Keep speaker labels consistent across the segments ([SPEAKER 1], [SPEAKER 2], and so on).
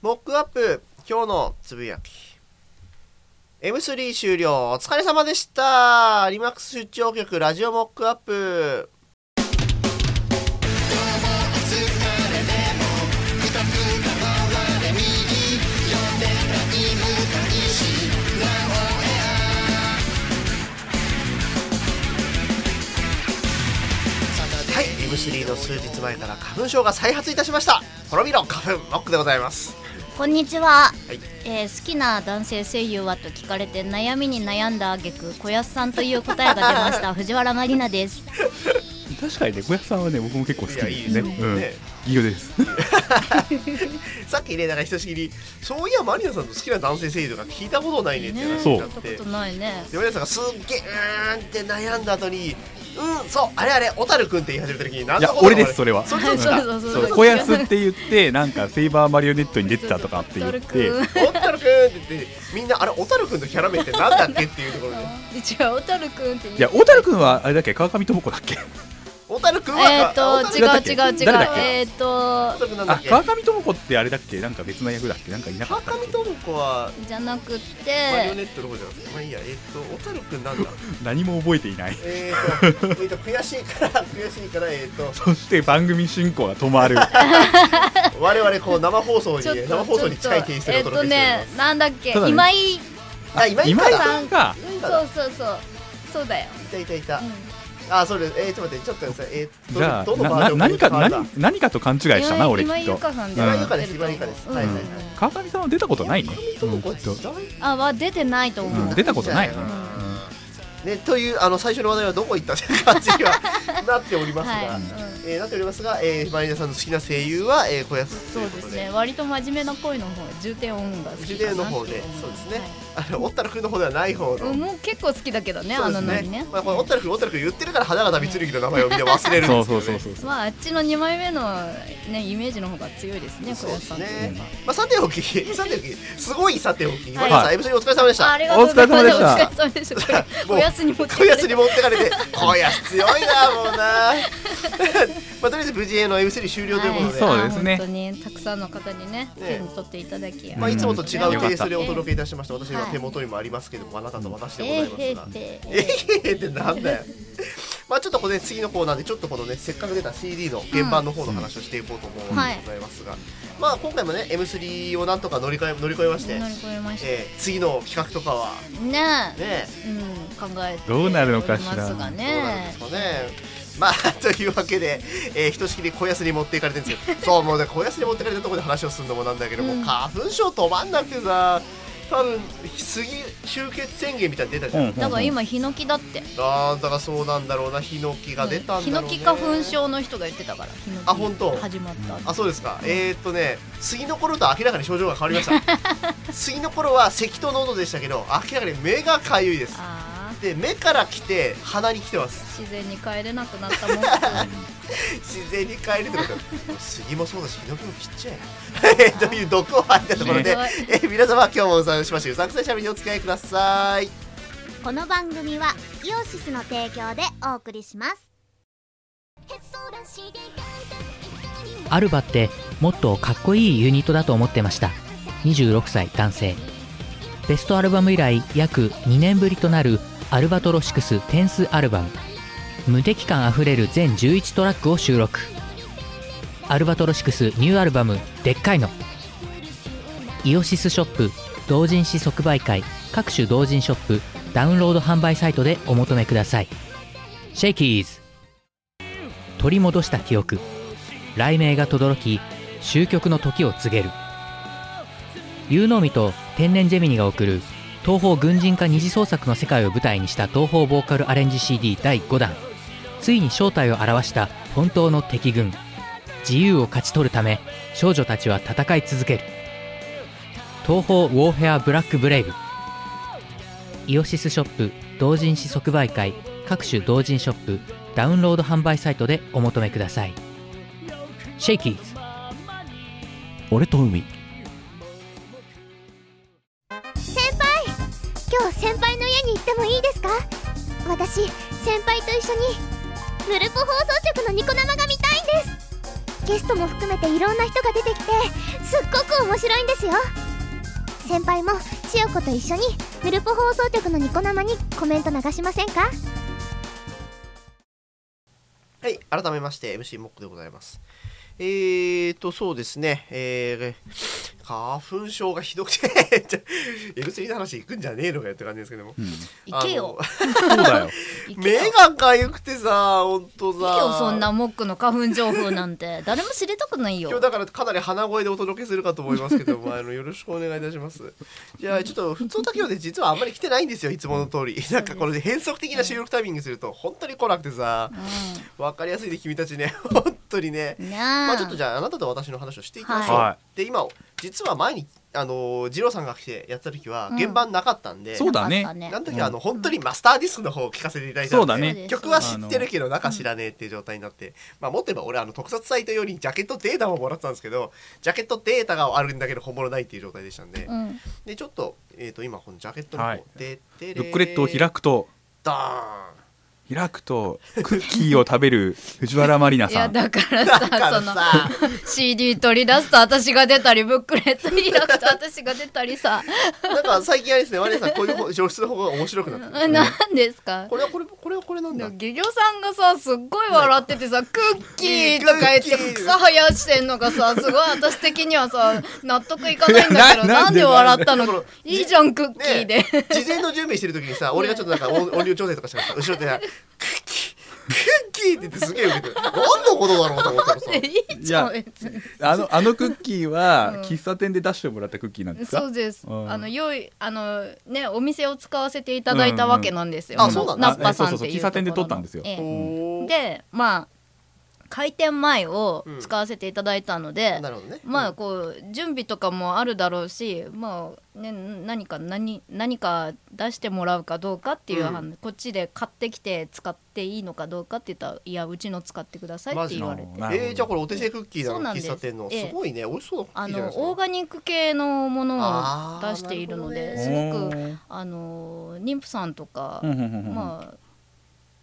[SPEAKER 1] モックアップ今日のつぶやき M3 終了お疲れ様でしたリマックス出張局ラジオモックアップはい M3 の数日前から花粉症が再発いたしました滅びろ花粉モックでございます
[SPEAKER 2] こんにちは、
[SPEAKER 1] はい
[SPEAKER 2] えー好きな男性声優はと聞かれて悩みに悩んだ挙句小安さんという答えが出 ました藤原まりなです
[SPEAKER 3] 確かにね小屋さんはね僕も結構好きです
[SPEAKER 1] ね
[SPEAKER 3] ね
[SPEAKER 1] ね
[SPEAKER 3] うん、ギオです
[SPEAKER 1] さっきねなんかひとしきりそういやマリアさんの好きな男性声優とか聞いたことないねって話
[SPEAKER 3] そう
[SPEAKER 1] に
[SPEAKER 2] や
[SPEAKER 1] なっ
[SPEAKER 2] ったこ
[SPEAKER 1] て
[SPEAKER 2] とないね
[SPEAKER 1] でマリアさんがすっげえうーんって悩んだ後にうんそうあれあれ小樽君って言い始めた時になん
[SPEAKER 3] い
[SPEAKER 1] だ
[SPEAKER 3] や
[SPEAKER 1] こ
[SPEAKER 3] 俺ですそ
[SPEAKER 1] れ
[SPEAKER 3] れは
[SPEAKER 1] それ
[SPEAKER 2] はい
[SPEAKER 1] それ
[SPEAKER 2] そうそう
[SPEAKER 3] そ
[SPEAKER 2] そう
[SPEAKER 3] う小安って言ってなんかセイバーマリオネットに出てたとかって言って
[SPEAKER 2] そうそう
[SPEAKER 1] 小樽君って言ってみんなあれ小樽君のキャラ名ってなんだっけっていうとこ ろで
[SPEAKER 2] 違う小樽くんって言う
[SPEAKER 3] いや小樽君はあれだっけ川上智子だっけ
[SPEAKER 1] 小樽君は
[SPEAKER 2] えーっ
[SPEAKER 1] 小樽
[SPEAKER 2] と
[SPEAKER 1] 君
[SPEAKER 2] 違
[SPEAKER 3] 誰だ
[SPEAKER 2] う違
[SPEAKER 3] っけ
[SPEAKER 2] う違
[SPEAKER 3] 誰だっ
[SPEAKER 2] う
[SPEAKER 3] け
[SPEAKER 2] えーっと
[SPEAKER 1] 小樽君なんだ
[SPEAKER 3] あ
[SPEAKER 1] っけ
[SPEAKER 3] 川上智子ってあれだっけなんか別の役だっけなんかいな
[SPEAKER 1] 川
[SPEAKER 3] かったっ
[SPEAKER 1] 上
[SPEAKER 3] け
[SPEAKER 1] 智子は
[SPEAKER 2] じゃなくっ
[SPEAKER 1] マリオネッ
[SPEAKER 2] て
[SPEAKER 1] トの方じゃなくてまあいいやえーっと小樽君なんだ
[SPEAKER 3] 何も覚えていない
[SPEAKER 1] えーっとえーっと悔しいから悔しいからえーっと
[SPEAKER 3] そして番組進行が止まる
[SPEAKER 1] 我々こう生放送に
[SPEAKER 2] ちょっと
[SPEAKER 1] 生放送に近いテイストでお
[SPEAKER 2] ちょっ
[SPEAKER 1] 届けして
[SPEAKER 2] とえーっと
[SPEAKER 1] おり
[SPEAKER 2] ね
[SPEAKER 1] ます。
[SPEAKER 2] なんだっけ
[SPEAKER 3] ただね
[SPEAKER 2] 今井
[SPEAKER 1] あ 今井
[SPEAKER 3] 今
[SPEAKER 1] か
[SPEAKER 3] 井
[SPEAKER 1] だ
[SPEAKER 3] さんが
[SPEAKER 1] 今井か
[SPEAKER 2] そ
[SPEAKER 1] だ
[SPEAKER 2] うそうそうそうだよ、
[SPEAKER 1] いたいたいた
[SPEAKER 2] うん。
[SPEAKER 1] あそれえーちょっと待ってちょっと待ってえー
[SPEAKER 3] じゃあ
[SPEAKER 1] どどの
[SPEAKER 3] な
[SPEAKER 1] バージョ
[SPEAKER 3] な
[SPEAKER 1] ン
[SPEAKER 3] 何か
[SPEAKER 1] どのバージョン
[SPEAKER 3] 何何かと勘違いしたな俺き
[SPEAKER 2] 今井
[SPEAKER 3] っ
[SPEAKER 2] ゆ
[SPEAKER 3] と
[SPEAKER 2] かさんで
[SPEAKER 3] うん
[SPEAKER 2] やってると思
[SPEAKER 1] 今
[SPEAKER 2] う
[SPEAKER 1] 井ゆかです
[SPEAKER 2] うん
[SPEAKER 1] はいはいはい
[SPEAKER 3] 川上さんは出たことないね
[SPEAKER 1] 神智
[SPEAKER 3] う
[SPEAKER 1] 子
[SPEAKER 3] んきっと
[SPEAKER 2] あは出てないと思う、
[SPEAKER 3] うん出たことないね
[SPEAKER 1] ねというあの最初の話題はどこ行ったって感じにはなっておりますが
[SPEAKER 2] はい、
[SPEAKER 1] えーなっておりますがえーマリナさんの好きな声優はえー小安と
[SPEAKER 2] そ
[SPEAKER 1] いううこ
[SPEAKER 2] で
[SPEAKER 1] と
[SPEAKER 2] す
[SPEAKER 1] で
[SPEAKER 2] ね。割と真面目な声の方、重点音が好き
[SPEAKER 1] ジュ
[SPEAKER 2] かな
[SPEAKER 1] デ
[SPEAKER 2] って
[SPEAKER 1] の方でそうですねあのオッタル君の方ではない方の
[SPEAKER 2] はいうんもう結構好きだけどね、
[SPEAKER 1] そ
[SPEAKER 2] あ
[SPEAKER 1] うで
[SPEAKER 2] の
[SPEAKER 1] す
[SPEAKER 2] ノリね。
[SPEAKER 1] まあこれオッタル君オッタル君言ってるから花形光之の名前をみんな忘れるん
[SPEAKER 3] そ
[SPEAKER 1] で
[SPEAKER 3] う
[SPEAKER 1] すけど
[SPEAKER 3] そうそう
[SPEAKER 1] ね
[SPEAKER 3] そう
[SPEAKER 2] まああっちの二枚目のねイメージの方が強いですね、小
[SPEAKER 1] そうです
[SPEAKER 2] 林さんとい
[SPEAKER 1] ね
[SPEAKER 2] えば。
[SPEAKER 1] まあ、さておき、 さておき、すごいさておき、
[SPEAKER 2] は
[SPEAKER 1] マ
[SPEAKER 2] い
[SPEAKER 1] リアさん、M3 お疲れ様でし
[SPEAKER 2] あ
[SPEAKER 1] た
[SPEAKER 2] あ。りがとうございます。
[SPEAKER 3] お疲れ様でし
[SPEAKER 2] お疲れ
[SPEAKER 3] た
[SPEAKER 2] 様でした。こ
[SPEAKER 1] もう
[SPEAKER 2] れ小安に持って
[SPEAKER 1] こ
[SPEAKER 2] か
[SPEAKER 1] や
[SPEAKER 2] れ
[SPEAKER 1] つ
[SPEAKER 2] て
[SPEAKER 1] に持ってかれて、こやつ強いな、 もうな。まあ、とりあえず無事、A の M3 終了ということで、
[SPEAKER 3] はい
[SPEAKER 1] い
[SPEAKER 3] そうですね
[SPEAKER 2] あー本当にたくさんの方にね、
[SPEAKER 1] ね
[SPEAKER 2] 手に取っていただき。
[SPEAKER 1] まあ、いつもと違
[SPEAKER 3] よか
[SPEAKER 1] う
[SPEAKER 3] った
[SPEAKER 1] ケースでお届けいたしました。私は
[SPEAKER 2] はい
[SPEAKER 1] 手元にもありますけども、あなたと私
[SPEAKER 2] え
[SPEAKER 1] で
[SPEAKER 2] ー
[SPEAKER 1] ござい
[SPEAKER 2] へ
[SPEAKER 1] ますが。
[SPEAKER 2] ー
[SPEAKER 1] え
[SPEAKER 2] へ
[SPEAKER 1] へへってなんだよ。まあちょっとこれ、ね、次のコーナーでちょっとこのねせっかく出た CD の原版の方の話をしていこうと思うんでございますが、まあ今回もね M3 をなんとか乗り越え乗り越えまして、
[SPEAKER 2] ー乗り越えまし
[SPEAKER 1] えー次の企画とかは
[SPEAKER 2] た。ねえ。
[SPEAKER 1] ね
[SPEAKER 2] うん、考えて
[SPEAKER 3] どうなるのかしら
[SPEAKER 2] おりますが
[SPEAKER 1] どうなん
[SPEAKER 2] ね
[SPEAKER 1] ですかね。まあ、というわけで、えー、ひとしきり小安に持っていかれてるん ですけど、そう、もうね、小安に持っていかれたところで話をするのもなんだけど、もう
[SPEAKER 2] うん
[SPEAKER 1] 花粉症止まんなくてさ、多分次、集結宣言みたいなの出たじゃん。
[SPEAKER 2] だから今ヒノキだって
[SPEAKER 1] あーだからそうなんだろうな、ヒノキが出たんだろう、ね
[SPEAKER 2] ヒノキ花粉。症の人が言ってたからヒノキ
[SPEAKER 1] あ本当
[SPEAKER 2] 始まった
[SPEAKER 1] あ、そうですか。えー、っとね、次の頃と明らかに症状が変わりました。 次の頃は咳と喉でしたけど、明らかに目がかゆいです。
[SPEAKER 2] あ
[SPEAKER 1] で、目から来て、鼻に来てます。
[SPEAKER 2] ー自然に帰れなくなったもん
[SPEAKER 1] 自然に帰るってことだ杉もそうだしヒノキも切っちゃえ という毒を吐いた ところで、
[SPEAKER 2] ね
[SPEAKER 1] えー皆様今日もお騒がせしましてうさんくさいしゃべりにお付き合いください
[SPEAKER 4] この番組はイオシスの提供でお送りします
[SPEAKER 5] アルバってもっとかっこいいユニットだと思ってました26歳男性ベストアルバム以来約2年ぶりとなるアルバトロシクステンスアルバム無敵感あふれる全11トラックを収録アルバトロシクスニューアルバム「でっかいの」イオシスショップ同人誌即売会各種同人ショップダウンロード販売サイトでお求めくださいシェイキーズ取り戻した記憶雷鳴が轟き終局の時を告げる有能美と天然ジェミニが送る東方軍人化二次創作の世界を舞台にした東方ボーカルアレンジ CD 第5弾ついに正体を表した本当の敵軍自由を勝ち取るため少女たちは戦い続ける東方ウォーフェアブラックブレイブイオシスショップ同人誌即売会各種同人ショップダウンロード販売サイトでお求めくださいシェイキーズ俺と海
[SPEAKER 4] 今日先輩の家に行ってもいいですか私先輩と一緒にヌルポ放送局のニコ生が見たいんですゲストも含めていろんな人が出てきてすっごく面白いんですよ先輩も千代子と一緒にヌルポ放送局のニコ生にコメント流しませんか
[SPEAKER 1] はい、改めまして MC モックでございます。えーと、そうですね、えー、花粉症がひどくて、 ちょ M3 の話行くんじゃねえのかよって感じですけども。
[SPEAKER 3] うん
[SPEAKER 2] 行けよ
[SPEAKER 3] そうだ よ。
[SPEAKER 2] 行け
[SPEAKER 1] 目
[SPEAKER 2] よ
[SPEAKER 1] がかゆくてさ、ほんとさ。
[SPEAKER 2] 行けよそんなモックの花粉情報なん て誰も知りたくない
[SPEAKER 1] 今日
[SPEAKER 2] よ
[SPEAKER 1] だからかなり鼻声でお届けするかと思いますけど も、あのよろしくお願いいたします。じゃあちょっと普通だけどね、実はあんまり来てないんですよ、いつもの通り。なんかこれで変則的な収録タイミングすると、本当に来なくてさ、わかりやすいで君たちね、 本当にね。
[SPEAKER 2] うん
[SPEAKER 1] ま
[SPEAKER 2] な
[SPEAKER 1] あちょっとじゃああなたと私の話をしていきましょう。
[SPEAKER 3] は
[SPEAKER 1] で今実は前にあの次郎さんが来てやってた時は
[SPEAKER 2] うん
[SPEAKER 1] 現場なかったんで、
[SPEAKER 3] そうだね
[SPEAKER 2] あったね
[SPEAKER 1] あの時はあの本当にマスターディスクの方を聞かせていただいたんで
[SPEAKER 3] そうだ
[SPEAKER 2] ね
[SPEAKER 1] 曲は知ってるけど中知らねえっていう状態になって、まあ、もっと言えば俺あの特撮サイトよりジャケットデータももらってたんですけどジャケットデータがあるんだけど本物ないっていう状態でしたんで、
[SPEAKER 2] うん
[SPEAKER 1] でちょっと,、えー、と今このジャケットの方、
[SPEAKER 3] はい
[SPEAKER 1] でで
[SPEAKER 3] ブックレットを開くと、
[SPEAKER 1] ダ ーン
[SPEAKER 3] 開くと、クッキーを食べる藤原まりないさ
[SPEAKER 2] や
[SPEAKER 3] ん。
[SPEAKER 2] だから
[SPEAKER 1] だ
[SPEAKER 2] さ
[SPEAKER 1] から
[SPEAKER 2] その
[SPEAKER 1] さ
[SPEAKER 2] CD 取り出すと私が出たりブックレット開くと私が出たりさ
[SPEAKER 1] なんか最近あれですねマリアさんこういう方上質の方が面白くなってる、
[SPEAKER 2] 何ですか
[SPEAKER 1] これはこれこれはこれなんだ
[SPEAKER 2] 漁業さんがさすっごい笑っててさクッキーとか言
[SPEAKER 1] クッ
[SPEAKER 2] っ
[SPEAKER 1] キ
[SPEAKER 2] て
[SPEAKER 1] ー
[SPEAKER 2] 草生やしてんのがさすごい私的にはさ納得いかないんだけど
[SPEAKER 3] いやな
[SPEAKER 2] なんで
[SPEAKER 3] な
[SPEAKER 2] 笑
[SPEAKER 3] ん
[SPEAKER 2] ったのいいじゃんクッキーで、
[SPEAKER 1] ねえ、事前の準備してる時にさ俺がちょっとなんか音音量調整とかしてさ後ろでさ「クッキークッキー」って言ってすげえ受けて何のことだろうと思ったら さ
[SPEAKER 2] いいじゃん別に
[SPEAKER 3] あの、あのクッキー
[SPEAKER 2] うん
[SPEAKER 3] は、喫茶店で出してもらったクッキーなんですか
[SPEAKER 2] そうです、
[SPEAKER 3] うん
[SPEAKER 2] あの用意あのねお店を使わせていただいたわけなんですよ、
[SPEAKER 1] うんうんあそうなんだ
[SPEAKER 2] ナッパさんっていう
[SPEAKER 3] あえそうそうそう喫茶店で撮ったんですよ
[SPEAKER 2] ええ
[SPEAKER 1] おー
[SPEAKER 2] でまあ開店前を使わせていただいたので、
[SPEAKER 1] なるほどね
[SPEAKER 2] ま
[SPEAKER 1] う
[SPEAKER 2] あ
[SPEAKER 1] ん
[SPEAKER 2] こう準備とかもあるだろうし、まあね、何か何何か出してもらうかどうかっていう、
[SPEAKER 1] うん
[SPEAKER 2] あのこっちで買ってきて使っていいのかどうかって言ったら「いやうちの使ってください」って言われて
[SPEAKER 3] マジな
[SPEAKER 1] えー、じゃあこれお手製クッキーだ
[SPEAKER 2] そう
[SPEAKER 1] の
[SPEAKER 2] なんで
[SPEAKER 1] 喫
[SPEAKER 2] す
[SPEAKER 1] 茶店の
[SPEAKER 2] ええ
[SPEAKER 1] すごいね美味しそうなクッ
[SPEAKER 2] あ
[SPEAKER 1] キーじゃない
[SPEAKER 2] の
[SPEAKER 1] ですか
[SPEAKER 2] オーガニック系のもの
[SPEAKER 1] あ
[SPEAKER 2] を
[SPEAKER 1] ー
[SPEAKER 2] 出しているので
[SPEAKER 1] な
[SPEAKER 2] す
[SPEAKER 1] る
[SPEAKER 2] ごく
[SPEAKER 3] く、
[SPEAKER 2] あの妊婦さんとか、
[SPEAKER 3] うんうんうんうん
[SPEAKER 2] まあ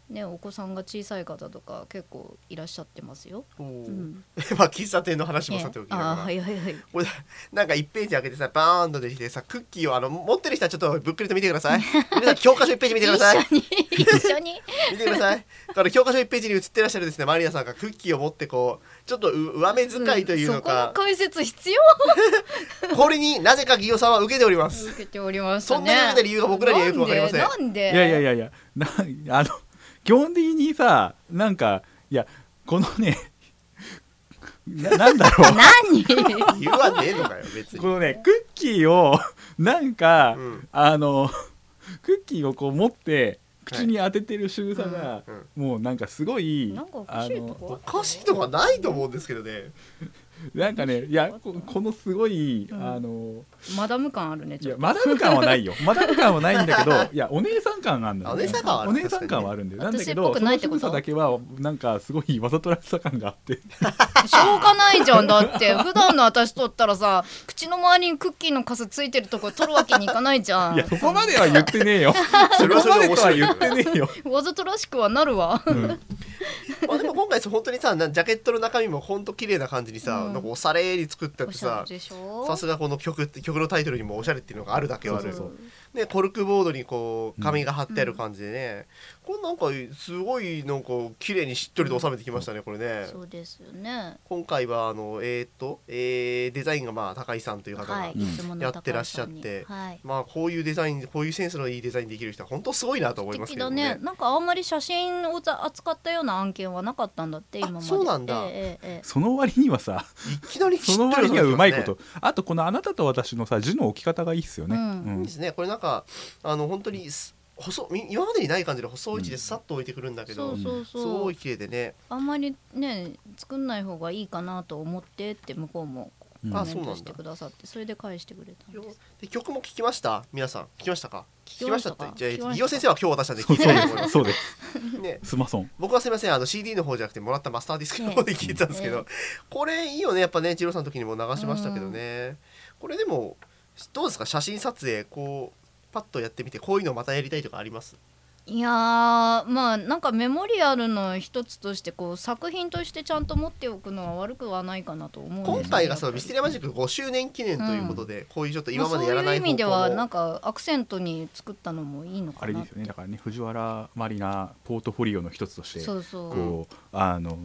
[SPEAKER 2] ねお子さんが小さい方とか結構いらっしゃってますよ。
[SPEAKER 1] おー
[SPEAKER 2] うん、
[SPEAKER 1] まあ喫茶店の話も
[SPEAKER 2] え
[SPEAKER 1] さ
[SPEAKER 2] え
[SPEAKER 1] ておきなが
[SPEAKER 2] あ
[SPEAKER 1] ら
[SPEAKER 2] ーはいはいはい。
[SPEAKER 1] これなんか1ページ開けてさバーンと出てきてさクッキーをあの持ってる人はちょっとブックレット見てくだ さい皆さん教科書1ページ見てください
[SPEAKER 2] 一緒に一緒に
[SPEAKER 1] 見てください。だから教科書1ページに写ってらっしゃるですね、マリアさんがクッキーを持ってこう、ちょっとう上目遣いというの
[SPEAKER 2] そ
[SPEAKER 1] か
[SPEAKER 2] こ、の解説必要
[SPEAKER 1] これになぜかギオさんは受けております。
[SPEAKER 2] 受けておりましたね
[SPEAKER 1] そんなに受けた理由が僕らにはよくわかりません
[SPEAKER 2] なんで
[SPEAKER 3] いやいやい
[SPEAKER 2] や
[SPEAKER 3] やいや、なあの基本的にさ、なんかいやこのね、ななん だろう。
[SPEAKER 2] 何
[SPEAKER 1] 言わねえのかよ、別
[SPEAKER 3] こ
[SPEAKER 1] に。
[SPEAKER 3] のねクッキーをなんか、
[SPEAKER 1] うん
[SPEAKER 3] あのクッキーをこう持って口に当ててる仕草が、
[SPEAKER 1] うん
[SPEAKER 3] もうなんかすごい
[SPEAKER 2] なんかおか
[SPEAKER 3] あ
[SPEAKER 2] しいと
[SPEAKER 3] の
[SPEAKER 1] お
[SPEAKER 2] こ
[SPEAKER 1] かしいとかないと思うんですけどね。
[SPEAKER 3] なんかねいやここのすごい、
[SPEAKER 2] うん
[SPEAKER 3] あの
[SPEAKER 2] マダム感あるね
[SPEAKER 3] い
[SPEAKER 2] ちょ
[SPEAKER 3] や
[SPEAKER 2] っと
[SPEAKER 3] マダム感 はないよマダム感はないんだけどいやお姉さん感があるんだよね
[SPEAKER 1] お姉さん感はある
[SPEAKER 3] お姉さん感はあるんだよなんだけ
[SPEAKER 2] 私
[SPEAKER 3] ど
[SPEAKER 2] っぽ
[SPEAKER 3] そ
[SPEAKER 2] くないっ
[SPEAKER 3] の
[SPEAKER 2] て
[SPEAKER 3] 仕
[SPEAKER 2] こと
[SPEAKER 3] 草だけはなんかすごいわざとらしさ感があって
[SPEAKER 2] しょうがないじゃんだって 普段の私とったらさ口の周りにクッキーのカスついてるとこ取るわけにいかないじゃ
[SPEAKER 3] いや、
[SPEAKER 2] ん
[SPEAKER 3] そこまでは言ってねえよ。そ
[SPEAKER 1] それ
[SPEAKER 3] こ
[SPEAKER 1] はそれ
[SPEAKER 3] ま
[SPEAKER 1] で
[SPEAKER 3] で
[SPEAKER 1] 面
[SPEAKER 3] と
[SPEAKER 1] 白
[SPEAKER 3] は
[SPEAKER 1] い
[SPEAKER 3] 言ってねえよ。
[SPEAKER 2] わざとらしくはなるわ
[SPEAKER 1] まあでも今回さ、本当にさ、なジャケットの中身も本当綺麗な感じにさ、
[SPEAKER 2] うん
[SPEAKER 1] なんかおしゃれに作ってあっ
[SPEAKER 2] お
[SPEAKER 1] て
[SPEAKER 2] し ゃ
[SPEAKER 1] さ
[SPEAKER 2] れ、でしょ
[SPEAKER 1] さすがこの曲って曲のタイトルにもおしゃれっていうのがあるだけはある。
[SPEAKER 3] そうそう
[SPEAKER 1] ね、コルクボードにこう紙が貼ってある感じでね、これなんかすごいなんか綺麗にしっとりと収めてきましたねこれね
[SPEAKER 2] そうですよね
[SPEAKER 1] 今回はあのえーっと、えーデザインがまあ高井さんという方が、
[SPEAKER 2] はいいつもの
[SPEAKER 1] やってらっしゃって
[SPEAKER 2] 高橋さんにはい
[SPEAKER 1] まあこういうデザインこういうセンスのいいデザインできる人は本当すごいなと思い
[SPEAKER 2] 素
[SPEAKER 1] ます
[SPEAKER 2] 敵
[SPEAKER 1] けど
[SPEAKER 2] だ
[SPEAKER 1] ね
[SPEAKER 2] ねなんかあんまり写真をざ扱ったような案件はなかったんだって今まで
[SPEAKER 1] そうなんだ
[SPEAKER 2] えええええ
[SPEAKER 3] その割にはさ、
[SPEAKER 1] いきなりしっ
[SPEAKER 3] そ
[SPEAKER 1] と
[SPEAKER 3] の
[SPEAKER 1] り
[SPEAKER 3] 割には
[SPEAKER 1] 収
[SPEAKER 3] う
[SPEAKER 1] めてま
[SPEAKER 3] ますいこと。あと、このあなたと私のさ、字の置き方がいいっすよね。
[SPEAKER 2] うん
[SPEAKER 3] う
[SPEAKER 1] いい
[SPEAKER 3] ん
[SPEAKER 1] ですねこれなんかあの本当にす細み今までにない感じで細い位置でさっと置いてくるんだ
[SPEAKER 2] え
[SPEAKER 1] け
[SPEAKER 2] そ
[SPEAKER 1] ど、
[SPEAKER 2] うそう
[SPEAKER 1] す
[SPEAKER 2] そ
[SPEAKER 1] ご
[SPEAKER 2] う
[SPEAKER 1] い綺麗でね
[SPEAKER 2] あんまりね作んない方がいいかなと思ってって向こうもコ
[SPEAKER 3] うん
[SPEAKER 2] メ
[SPEAKER 1] あ
[SPEAKER 2] ン
[SPEAKER 1] そうなんだ
[SPEAKER 2] トしてくださってそれで返してくれたん
[SPEAKER 1] よ
[SPEAKER 2] です
[SPEAKER 1] で曲も聞きました皆さん聞きましたか聞
[SPEAKER 2] 聞
[SPEAKER 1] き
[SPEAKER 2] き
[SPEAKER 1] ま
[SPEAKER 2] ま
[SPEAKER 1] し
[SPEAKER 2] したた
[SPEAKER 1] って
[SPEAKER 2] か
[SPEAKER 1] じゃあ
[SPEAKER 2] 聞きまし
[SPEAKER 1] 飯
[SPEAKER 2] た
[SPEAKER 1] 尾先生は今日渡した んで
[SPEAKER 3] そ
[SPEAKER 1] 聞
[SPEAKER 3] う
[SPEAKER 1] いて
[SPEAKER 3] そう
[SPEAKER 1] ない
[SPEAKER 3] で。
[SPEAKER 1] と思いますす
[SPEAKER 3] そうです。
[SPEAKER 1] ね
[SPEAKER 3] スマソン。
[SPEAKER 1] 僕はすみませんあの CD の方じゃなくてもらったマスターディスクの
[SPEAKER 2] ええ
[SPEAKER 1] 方で聞いてたんですけど、
[SPEAKER 2] ええ
[SPEAKER 1] これいいよねやっぱね二郎さんの時にも流しましたけどね、これでもどうですか写真撮影こうパッとやってみてこういうのまたやりたいとかあります
[SPEAKER 2] いやーまあなんかメモリアルの一つとしてこう作品としてちゃんと持っておくのは悪くはないかなと思うんですよ
[SPEAKER 1] 今回がそのミ
[SPEAKER 2] やっぱり
[SPEAKER 1] ステリアマジック5周年記念ということで、こういうちょっと
[SPEAKER 2] まあ
[SPEAKER 1] 今までやらない
[SPEAKER 2] そういう意味ではなん
[SPEAKER 1] 方向
[SPEAKER 2] かアクセントに作ったのもいいの
[SPEAKER 3] あ
[SPEAKER 2] か
[SPEAKER 3] れ
[SPEAKER 2] な
[SPEAKER 3] ですよねだからね藤原マリナポートフォリオの一つとして
[SPEAKER 2] そうそう
[SPEAKER 3] こうあの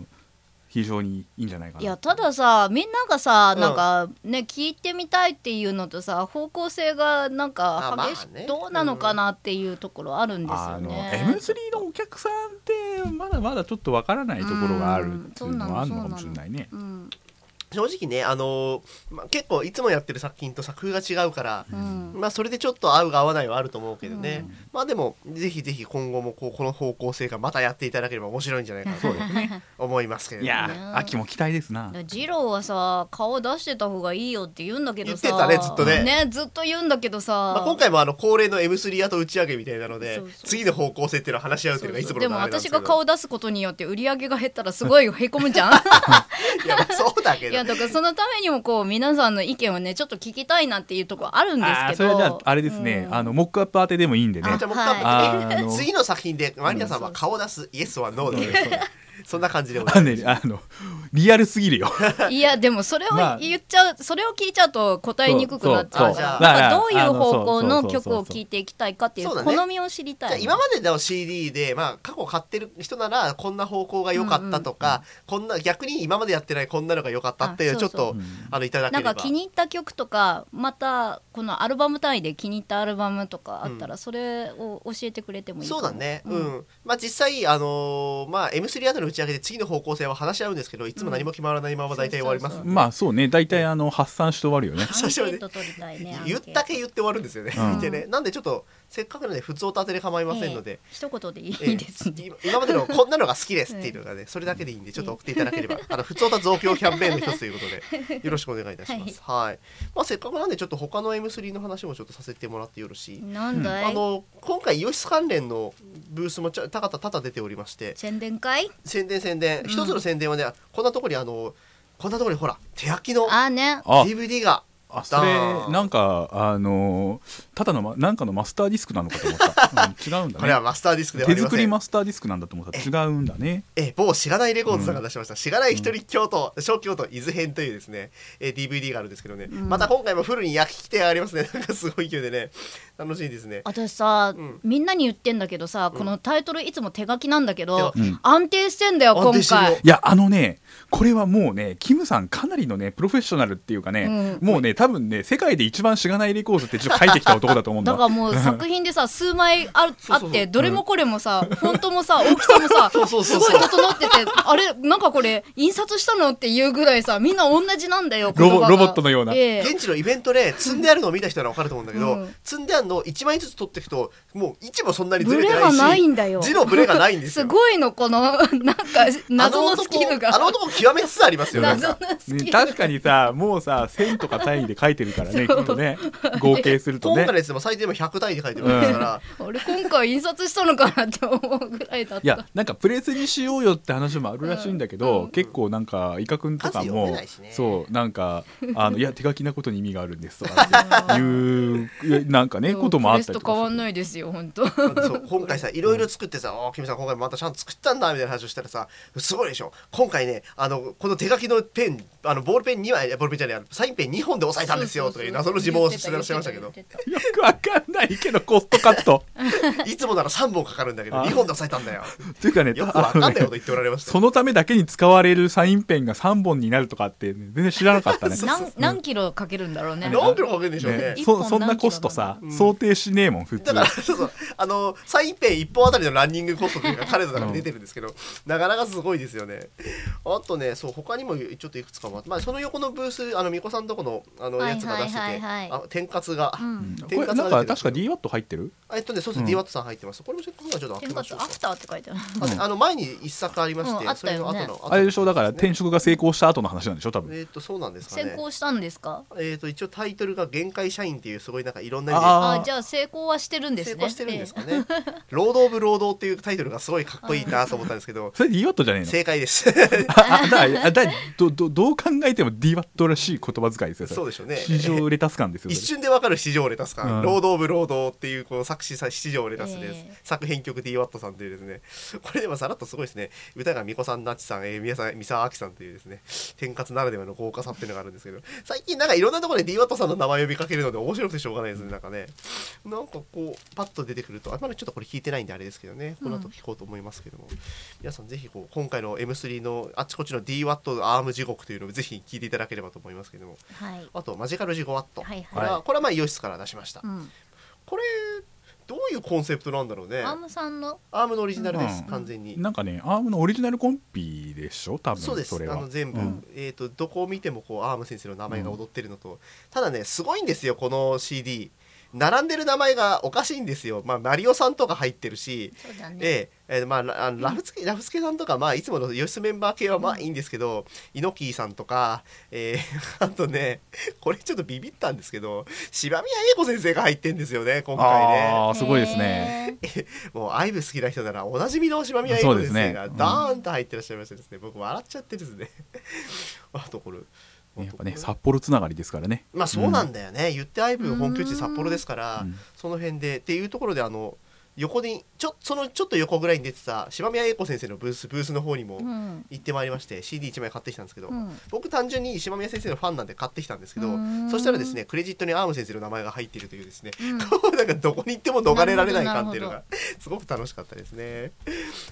[SPEAKER 3] 非常にいいんじゃないかない
[SPEAKER 2] やたださみんながさ
[SPEAKER 1] うん
[SPEAKER 2] なんかね、聞いてみたいっていうのとさ方向性がなんか
[SPEAKER 1] あまあね
[SPEAKER 2] 激しく、どうなのかなっていうところあるんですよ
[SPEAKER 3] あの
[SPEAKER 2] ね。
[SPEAKER 3] M3 のお客さんってまだまだちょっとわからないところがあるっていうのはあるのかもしれないね。
[SPEAKER 2] うん
[SPEAKER 1] 正直ねあのーまあ、結構いつもやってる作品と作風が違うから、
[SPEAKER 2] うん
[SPEAKER 1] まあ、それでちょっと合うが合わないはあると思うけどね、まあでもぜひぜひ今後もこうこの方向性がまたやっていただければ面白いんじゃないかなと 思いますけれ
[SPEAKER 3] い
[SPEAKER 1] どもね。
[SPEAKER 3] やー秋も期待ですな。
[SPEAKER 2] ジローはさ顔出してた方がいいよって言うんだけどさ
[SPEAKER 1] 言ってたねずっとね
[SPEAKER 2] ずっと言うんだけどさ、
[SPEAKER 1] まあ、今回もあの恒例の M3 後打ち上げみたいなので
[SPEAKER 2] そうそう
[SPEAKER 1] 次の方向性っていうのを話し合うってい
[SPEAKER 2] そ
[SPEAKER 1] うの
[SPEAKER 2] う
[SPEAKER 1] がいつ
[SPEAKER 2] そう
[SPEAKER 1] も
[SPEAKER 2] で
[SPEAKER 1] の
[SPEAKER 2] も
[SPEAKER 1] 流れなんです
[SPEAKER 2] 私
[SPEAKER 1] けど
[SPEAKER 2] が顔出すことによって売り上げが減ったらすごいへこむじゃ ん
[SPEAKER 1] いやまあそうだけ
[SPEAKER 2] い
[SPEAKER 1] ど
[SPEAKER 2] やだからそのためにもこう皆さんの意見をねちょっと聞きたいなっていうところあるんです
[SPEAKER 3] あー
[SPEAKER 2] けど
[SPEAKER 3] それじゃああれですね、
[SPEAKER 2] うん
[SPEAKER 3] あのモックアップ当てでもいいんでね。
[SPEAKER 1] じゃあ僕
[SPEAKER 3] あ
[SPEAKER 1] は、
[SPEAKER 3] ーあの
[SPEAKER 1] 次の作品でマリナさんは顔出すイエスはノーで、 そんな感じでござい
[SPEAKER 3] あ
[SPEAKER 1] ま
[SPEAKER 3] のねあのリアルすぎるよ。
[SPEAKER 2] いやでもそれを
[SPEAKER 3] まあ
[SPEAKER 2] 言っちゃう、それを聞いちゃうと答えにくくなっちゃう
[SPEAKER 1] そうそう
[SPEAKER 2] から
[SPEAKER 1] そう
[SPEAKER 2] なんか
[SPEAKER 3] だ
[SPEAKER 2] どう
[SPEAKER 3] か
[SPEAKER 2] い
[SPEAKER 3] ら
[SPEAKER 2] う方向の
[SPEAKER 3] あのそうそうそう
[SPEAKER 2] 曲
[SPEAKER 3] そう
[SPEAKER 2] を聴いていきたいかっていう
[SPEAKER 1] そうだね
[SPEAKER 2] 好みを知り
[SPEAKER 1] す。
[SPEAKER 2] た
[SPEAKER 1] じゃあ
[SPEAKER 2] い。
[SPEAKER 1] 今までの CD で、まあ、過去買ってる人ならこんな方向が良かったとか、こんな逆に今までやってないこんなのが良かったっていう
[SPEAKER 2] あ
[SPEAKER 1] ち
[SPEAKER 2] そ
[SPEAKER 1] ょ
[SPEAKER 2] う
[SPEAKER 1] っ
[SPEAKER 2] そう
[SPEAKER 1] と
[SPEAKER 3] うん
[SPEAKER 1] あのいただけ
[SPEAKER 2] な
[SPEAKER 1] れ
[SPEAKER 2] ん
[SPEAKER 1] ば
[SPEAKER 2] か気に入った曲とかまたこのアルバム単位で気に入ったアルバムとかあったらそれを教えてくれてもいいか
[SPEAKER 1] そ
[SPEAKER 2] も
[SPEAKER 1] うだね、うんんまあ、実際、あのーまあ、M3 後の打ち上げで次の方向性は話し合うんですけどいつも何も決まらないまま大体終わります、
[SPEAKER 2] うん
[SPEAKER 3] まあそうね大体あの発散して終わるよね。
[SPEAKER 2] アンケート取りたいねアンケ
[SPEAKER 1] 言
[SPEAKER 2] ー
[SPEAKER 1] っ
[SPEAKER 2] ト
[SPEAKER 1] たけ言って終わるんですよね、
[SPEAKER 3] うん
[SPEAKER 1] 見てねなんでちょっとせっかくなので普通を当てで構いませんので、
[SPEAKER 2] ええ一言でい
[SPEAKER 1] ええ
[SPEAKER 2] いですね
[SPEAKER 1] 今今までのこんなのが好きですっていうのがね、それだけでいいんでちょっと送っていただければ、あの普通た増強キャンペーンの一つということでよろしくお願いいたします。はい、まあせっかくなんでちょっと他の M3 の話もちょっとさせてもらってよろしい。
[SPEAKER 2] なんだ
[SPEAKER 1] あ
[SPEAKER 2] い
[SPEAKER 1] の今回イオシス関連のブースもちゃ高田多々出ておりまして
[SPEAKER 2] 宣伝会
[SPEAKER 1] 宣伝宣伝一つの宣伝はね、こんなところにあのこんなところにほら手焼きの
[SPEAKER 2] あーね
[SPEAKER 3] あ
[SPEAKER 1] DVD が
[SPEAKER 3] あそれなんかあのただのまなんかのマスターディスクなのかと思った。うん違うんだ
[SPEAKER 1] これは
[SPEAKER 3] ね。
[SPEAKER 1] マスターディスクではあ
[SPEAKER 3] 手
[SPEAKER 1] りま
[SPEAKER 3] 作
[SPEAKER 1] せ
[SPEAKER 3] り
[SPEAKER 1] ん
[SPEAKER 3] マスターディスクなんだと思ったら違うんだね。
[SPEAKER 1] えー某しがないレコードさんが出しました、しがない一人京都、小京都伊豆編というですね、えー DVD があるんですけどね、また今回もフルに焼き規定ありますね、 なんかすごい勢いでね、楽しいですね。
[SPEAKER 2] 私さ、
[SPEAKER 1] うん
[SPEAKER 2] みんなに言ってんだけどさ、このタイトルいつも手書きなんだけど、
[SPEAKER 1] 手
[SPEAKER 3] 書き
[SPEAKER 2] 安定してんだよ今
[SPEAKER 1] 安定してるよ
[SPEAKER 2] 回
[SPEAKER 3] いやあのねこれはもうねキムさんかなりのねプロフェッショナルっていうかね、もうね多分ね世界で一番しがないレコードってちょっと書いてきた男だと思うんだ
[SPEAKER 2] だからもう作品でさ数枚あ
[SPEAKER 1] そう
[SPEAKER 2] あ
[SPEAKER 1] そう
[SPEAKER 2] ってどれもこれもさフォントもさ大きさも さ
[SPEAKER 1] そうそうそ
[SPEAKER 2] す
[SPEAKER 1] う
[SPEAKER 2] ご
[SPEAKER 1] そう
[SPEAKER 2] い整っててあれなんかこれ印刷したのっていうぐらいさみんな同じなんだよ
[SPEAKER 3] ロボ
[SPEAKER 2] 言葉が
[SPEAKER 3] ロボットのような
[SPEAKER 2] ええ
[SPEAKER 1] 現地のイベントで積んであるのを見た人なら分かると思うんだけど、
[SPEAKER 2] うん
[SPEAKER 1] 積んであるのを1枚ずつ取っていくともう位置もそんなにず
[SPEAKER 2] ブ
[SPEAKER 1] れてな
[SPEAKER 2] レ
[SPEAKER 1] い
[SPEAKER 2] が
[SPEAKER 1] し
[SPEAKER 2] ないんだよ
[SPEAKER 1] 字のブレがないんです
[SPEAKER 2] す
[SPEAKER 1] よ
[SPEAKER 2] ごいのこのなんか謎のスキルが
[SPEAKER 1] あの男あの男極めつつありますよね
[SPEAKER 2] 謎のスキ
[SPEAKER 3] ね
[SPEAKER 2] ル
[SPEAKER 3] 確かにさもうさ1000とか単位で書いてるからねき
[SPEAKER 2] そう
[SPEAKER 3] っとね合計すると
[SPEAKER 1] 今
[SPEAKER 3] ね
[SPEAKER 1] 回のやつでも最低でも100単位で書いてるわけですから、
[SPEAKER 2] 俺今回印刷したのかなって思うぐらいだっ
[SPEAKER 3] い
[SPEAKER 2] た
[SPEAKER 3] やなんかプレスにしようよって話もあるらしいんだけど、結構なんかイカ君とか
[SPEAKER 1] 数読め
[SPEAKER 3] も、
[SPEAKER 1] ないしね
[SPEAKER 3] そうなんかあのいや手書きなことに意味があるんですとか っていういうなんかねこともあったり
[SPEAKER 2] と
[SPEAKER 3] とか
[SPEAKER 2] 変
[SPEAKER 3] す
[SPEAKER 2] わ
[SPEAKER 3] る
[SPEAKER 2] んないですよ本当
[SPEAKER 1] そう今回さいろいろ作ってさ「あキムさん今回またちゃんと作ったんだ」みたいな話をしたらさすごいでしょ今回ねあのこの手書きのペンあのボールペン2枚いやボールペンじゃないあのサインペン2本で押さえたんですよとかいう謎の自問をしてらっしゃいましたけど
[SPEAKER 3] よくわかんないけどコストカット
[SPEAKER 1] いつもなら3本かかるんだけど
[SPEAKER 3] あ
[SPEAKER 1] 2本で押さえたんだよ
[SPEAKER 3] というかね
[SPEAKER 1] よくわかんない
[SPEAKER 3] あ
[SPEAKER 1] こと
[SPEAKER 3] のね
[SPEAKER 1] 言っておられました
[SPEAKER 3] そのためだけに使われるサインペンが3本になるとかって、全然知らなか ったね
[SPEAKER 2] 何何キロかけるんだろうね
[SPEAKER 1] 何秒かけるんでしょうね
[SPEAKER 3] ね
[SPEAKER 2] 一
[SPEAKER 3] そ
[SPEAKER 2] 本
[SPEAKER 3] そんなコストさ、
[SPEAKER 1] 何キロなの
[SPEAKER 3] 想定しねえもん普
[SPEAKER 1] だ
[SPEAKER 3] 通
[SPEAKER 1] からそうそうあのサインペン1本あたりのランニングコストというか彼の中で出てるんですけどなかなかすごいですよねあとねそう他にもちょっといくつかもあって、まあ、その横のブースあの巫女さんとこのあのやつが出してて、
[SPEAKER 2] はいはいはいはい
[SPEAKER 1] あ天かつが、
[SPEAKER 2] うん
[SPEAKER 1] 天
[SPEAKER 3] これ
[SPEAKER 1] かつ
[SPEAKER 3] な
[SPEAKER 1] が
[SPEAKER 3] ん
[SPEAKER 1] 出て
[SPEAKER 3] か
[SPEAKER 1] る
[SPEAKER 3] 確か DW 入ってる
[SPEAKER 1] えっとね、そうです
[SPEAKER 3] うん
[SPEAKER 1] ね、DWAT さん入ってます。これもせっかくなんでちょっと開
[SPEAKER 2] 天
[SPEAKER 1] け
[SPEAKER 2] か
[SPEAKER 1] まし
[SPEAKER 2] つ
[SPEAKER 1] ょう
[SPEAKER 2] ア
[SPEAKER 1] か。
[SPEAKER 2] フターって書いてある
[SPEAKER 1] ああの前に一作ありまして、
[SPEAKER 2] うんあっ
[SPEAKER 1] そ
[SPEAKER 2] た
[SPEAKER 1] れ
[SPEAKER 2] よ
[SPEAKER 1] の
[SPEAKER 2] ね
[SPEAKER 1] 後の後の
[SPEAKER 3] あれでしょだから
[SPEAKER 1] ですね
[SPEAKER 3] 転職が成功した後の話なんでしょ多分
[SPEAKER 1] えっとそうなんですかね
[SPEAKER 2] 先。行したんですか
[SPEAKER 1] えっと一応タイトルが限界社員っていうすごいなんかいろんな意
[SPEAKER 2] あ
[SPEAKER 3] あ
[SPEAKER 2] じゃあ成功はしてるんで
[SPEAKER 1] 味です成
[SPEAKER 2] ね
[SPEAKER 1] 功してるんですか ね。労働部労働っていうタイトルがすごいかっこいいなと思ったんですけ ど、
[SPEAKER 3] それ DW じゃねえの
[SPEAKER 1] 正解です。
[SPEAKER 3] ああだあだどどどう考えても DW らしい言葉遣いですよそれ
[SPEAKER 1] そうでしょうね。
[SPEAKER 3] 市場レタス感ですよ
[SPEAKER 1] 一
[SPEAKER 3] それ
[SPEAKER 1] 瞬でわかる市場レタスか、
[SPEAKER 3] うん
[SPEAKER 1] ロード・オブ・ロードっていうこの作詞さ史上レタスです、
[SPEAKER 2] ええ
[SPEAKER 1] 作編曲 D ・ワットさんというですねこ れでもさらっとすごいですね歌が美子さんなちさん、えー、皆さん三沢亜紀さんというですね天活ならではの豪華さっていうのがあるんですけど最近なんかいろんなところで D ・ワットさんの名前を呼びかけるので面白くてしょうがないですねなんかねなんかこうパッと出てくるとあまだちょっとこれ聞いてないんであれですけどねこの後聞こうと思いますけども、皆さんぜひこう今回の M3 のあっちこっちの D ・ワットアーム地獄というのをぜひ聞いていただければと思いますけども
[SPEAKER 2] はい
[SPEAKER 1] あとマジカルジゴワット、
[SPEAKER 2] はいはい
[SPEAKER 1] これはこれはまあイオシスから出しました、
[SPEAKER 2] うん
[SPEAKER 1] これどういうコンセプトなんだろうね
[SPEAKER 2] アームさんの
[SPEAKER 1] アームのオリジナルです、
[SPEAKER 3] うん
[SPEAKER 1] 完全に、
[SPEAKER 3] なんかねアームのオリジナルコンピでしょ多分
[SPEAKER 1] そうです
[SPEAKER 3] れ
[SPEAKER 1] あ
[SPEAKER 3] は
[SPEAKER 1] の全部、
[SPEAKER 3] うん
[SPEAKER 1] えー、とどこを見てもこうアーム先生の名前が踊ってるのと、ただねすごいんですよこの CD 並んでる名前がおかしいんですよ、まあ、マリオさんとか入ってるし、
[SPEAKER 2] そうだね、
[SPEAKER 1] えええーまあラあのラフスケラフスケさんとかまあいつものヨシスメンバー系はまあいいんですけど、猪木さんとか、えー あとねこれちょっとビビったんですけど柴宮英子先生が入ってんですよね今回ね
[SPEAKER 3] ああすごいですね
[SPEAKER 2] へー
[SPEAKER 1] もうアイブ好きな人ならおなじみの島宮英子先生
[SPEAKER 3] そう
[SPEAKER 1] が
[SPEAKER 3] ですねうん
[SPEAKER 1] ダーンと入ってらっしゃいましたですね、僕笑っちゃってですね あとこれ
[SPEAKER 3] やっぱね札幌つながりですからね
[SPEAKER 1] まあそうなんだよね、言ってアイブ本拠地札幌ですから、
[SPEAKER 3] うん
[SPEAKER 1] その辺でっていうところであの横にちょそのちょっと横ぐらいに出てた島宮英子先生のブースブースの方にも
[SPEAKER 2] うん
[SPEAKER 1] 行ってまいりまして CD1 枚買ってきたんですけど、
[SPEAKER 2] うん
[SPEAKER 1] 僕単純に島宮先生のファンなんで買ってきたんですけど
[SPEAKER 2] うん
[SPEAKER 1] そしたらですねクレジットにアーム先生の名前が入っているというですね、
[SPEAKER 2] うん
[SPEAKER 1] こうなんかどこに行っても逃れられない
[SPEAKER 2] なる
[SPEAKER 1] 感っ
[SPEAKER 2] ほ
[SPEAKER 1] てい
[SPEAKER 2] ど
[SPEAKER 1] うのがすごく楽しかったですね。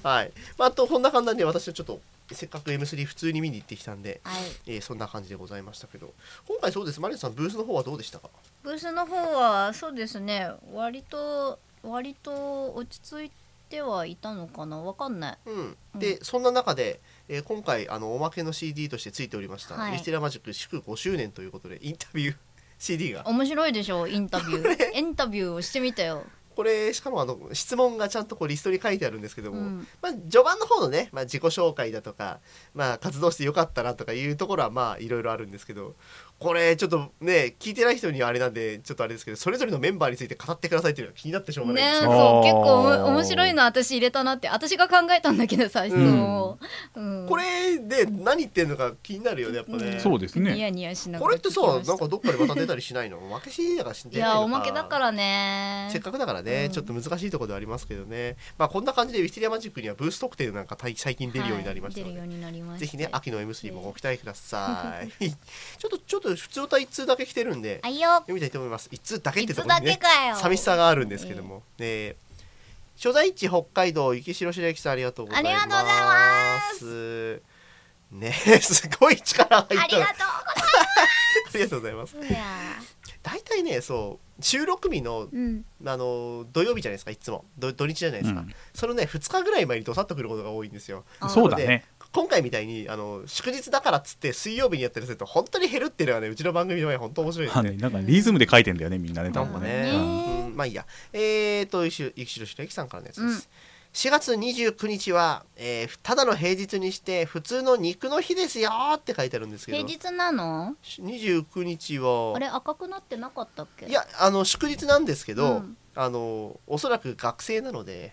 [SPEAKER 1] はい、まあ、あとこんな感じで私はちょっとせっかく M3 普通に見に行ってきたんで、
[SPEAKER 2] はい
[SPEAKER 1] えーそんな感じでございましたけど今回そうですマリアさんブースの方はどうでしたか
[SPEAKER 2] ブースの方はそうですね割と割と落ち着いてはいたのかなわかんない
[SPEAKER 1] うん、
[SPEAKER 2] うん
[SPEAKER 1] でそんな中で、えー今回あのおまけの CD としてついておりました「
[SPEAKER 2] はい
[SPEAKER 1] ミステラマジック祝5周年」ということでインタビュー CD が
[SPEAKER 2] 面白いでしょインタビューインタビューをしてみたよ、
[SPEAKER 1] これしかもあの質問がちゃんとこうリストに書いてあるんですけど
[SPEAKER 2] う
[SPEAKER 1] も、
[SPEAKER 2] ん、
[SPEAKER 1] まあ、序盤の方のね、まあ、自己紹介だとか、まあ、活動してよかったなとかいうところはまあいろいろあるんですけどこれちょっとね聞いてない人にはあれなんでちょっとあれですけどそれぞれのメンバーについて語ってくださいっていうのが気になってしょうがないん
[SPEAKER 2] ね
[SPEAKER 1] です
[SPEAKER 2] そう
[SPEAKER 1] よ。
[SPEAKER 3] あー
[SPEAKER 2] 結構おも面白いの私入れたなって私が考えたんだけどさ質問を、うん
[SPEAKER 1] これで何言ってんのか気になるよねやっぱね。
[SPEAKER 3] そうです
[SPEAKER 2] ニ
[SPEAKER 3] ね
[SPEAKER 2] ヤニヤしなが
[SPEAKER 1] こ
[SPEAKER 2] ら
[SPEAKER 1] れ
[SPEAKER 2] 聞
[SPEAKER 1] っ
[SPEAKER 2] きま
[SPEAKER 1] て
[SPEAKER 2] した
[SPEAKER 1] さなんかどっかでまた出たりしないのおまけ CD だから出な
[SPEAKER 2] い
[SPEAKER 1] いのか
[SPEAKER 2] やおまけだからね
[SPEAKER 1] せっかくだからね、
[SPEAKER 2] うん
[SPEAKER 1] ちょっと難しいところではありますけどね、まあ、こんな感じでウィステリアマジックにはブース特典なんかたい最近出るようになりました
[SPEAKER 2] はい
[SPEAKER 1] の
[SPEAKER 2] 出
[SPEAKER 1] で、
[SPEAKER 2] るようになりました
[SPEAKER 1] ぜひね秋の M3 もご期待ください、 ちょっとちょっと普通歌一通だけ来てるんで
[SPEAKER 2] あいよ
[SPEAKER 1] 読みたいと思います一通だけっ
[SPEAKER 2] い
[SPEAKER 1] てと
[SPEAKER 2] つ
[SPEAKER 1] ころ
[SPEAKER 2] だ
[SPEAKER 1] に
[SPEAKER 2] け
[SPEAKER 1] ね
[SPEAKER 2] かよ
[SPEAKER 1] 寂しさがあるんですけども、えー所在地北海道雪城白雪さんありがとうございます
[SPEAKER 2] ありがとうござい
[SPEAKER 1] ますね すごい力が入
[SPEAKER 2] あ
[SPEAKER 1] っ
[SPEAKER 2] り
[SPEAKER 1] た
[SPEAKER 2] が
[SPEAKER 1] な
[SPEAKER 2] と
[SPEAKER 1] ありがとうございます
[SPEAKER 2] ういや
[SPEAKER 1] 大体ねそう収録日の
[SPEAKER 2] うん
[SPEAKER 1] あの土曜日じゃないですかいつもど土日じゃないですか、
[SPEAKER 3] うん
[SPEAKER 1] そのね2日ぐらい前にどさっと来ることが多いんですよ
[SPEAKER 2] あ
[SPEAKER 3] そうだね
[SPEAKER 1] 今回みたいにあの祝日だからっつって水曜日にやったりすると本当に減るっていうのはねうちの番組の前本当面白いで
[SPEAKER 3] あ
[SPEAKER 1] す
[SPEAKER 3] のね
[SPEAKER 1] ね。
[SPEAKER 3] なんかリズムで書いてんだよねみんなね
[SPEAKER 1] な
[SPEAKER 3] 多
[SPEAKER 1] んか
[SPEAKER 3] 分
[SPEAKER 1] ね
[SPEAKER 3] ね、
[SPEAKER 2] ね
[SPEAKER 1] うんまあいいやえー、とゆきしろゆきしろしろゆきさんからのやつです、4月29日は、えーただの平日にして普通の肉の日ですよーって書いてあるんですけど
[SPEAKER 2] 平日なの
[SPEAKER 1] 29日は
[SPEAKER 2] あれ赤くなってなかったっけ
[SPEAKER 1] いやあの祝日なんですけど、
[SPEAKER 2] うん
[SPEAKER 1] あのおそらく学生なので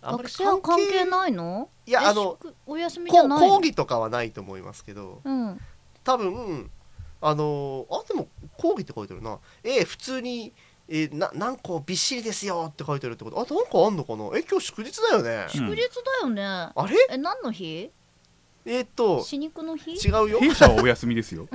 [SPEAKER 1] あんまり
[SPEAKER 2] 学生は関係ないの
[SPEAKER 1] いや
[SPEAKER 2] え
[SPEAKER 1] あの
[SPEAKER 2] 祝お休みじゃ
[SPEAKER 1] こう
[SPEAKER 2] ないの
[SPEAKER 1] 講義とかはないと思いますけど
[SPEAKER 2] うん
[SPEAKER 1] 多分あのあでも講義って書いてあるなえー普通に、えーな何個びっしりですよって書いてあるってことあなんかあんのかなえ今日祝日だよね、
[SPEAKER 3] うん
[SPEAKER 2] 祝日だよね
[SPEAKER 1] あれ
[SPEAKER 2] え何の日
[SPEAKER 1] えーっと
[SPEAKER 2] 死肉の日
[SPEAKER 1] 違うよ
[SPEAKER 3] 弊社はお休 みですよ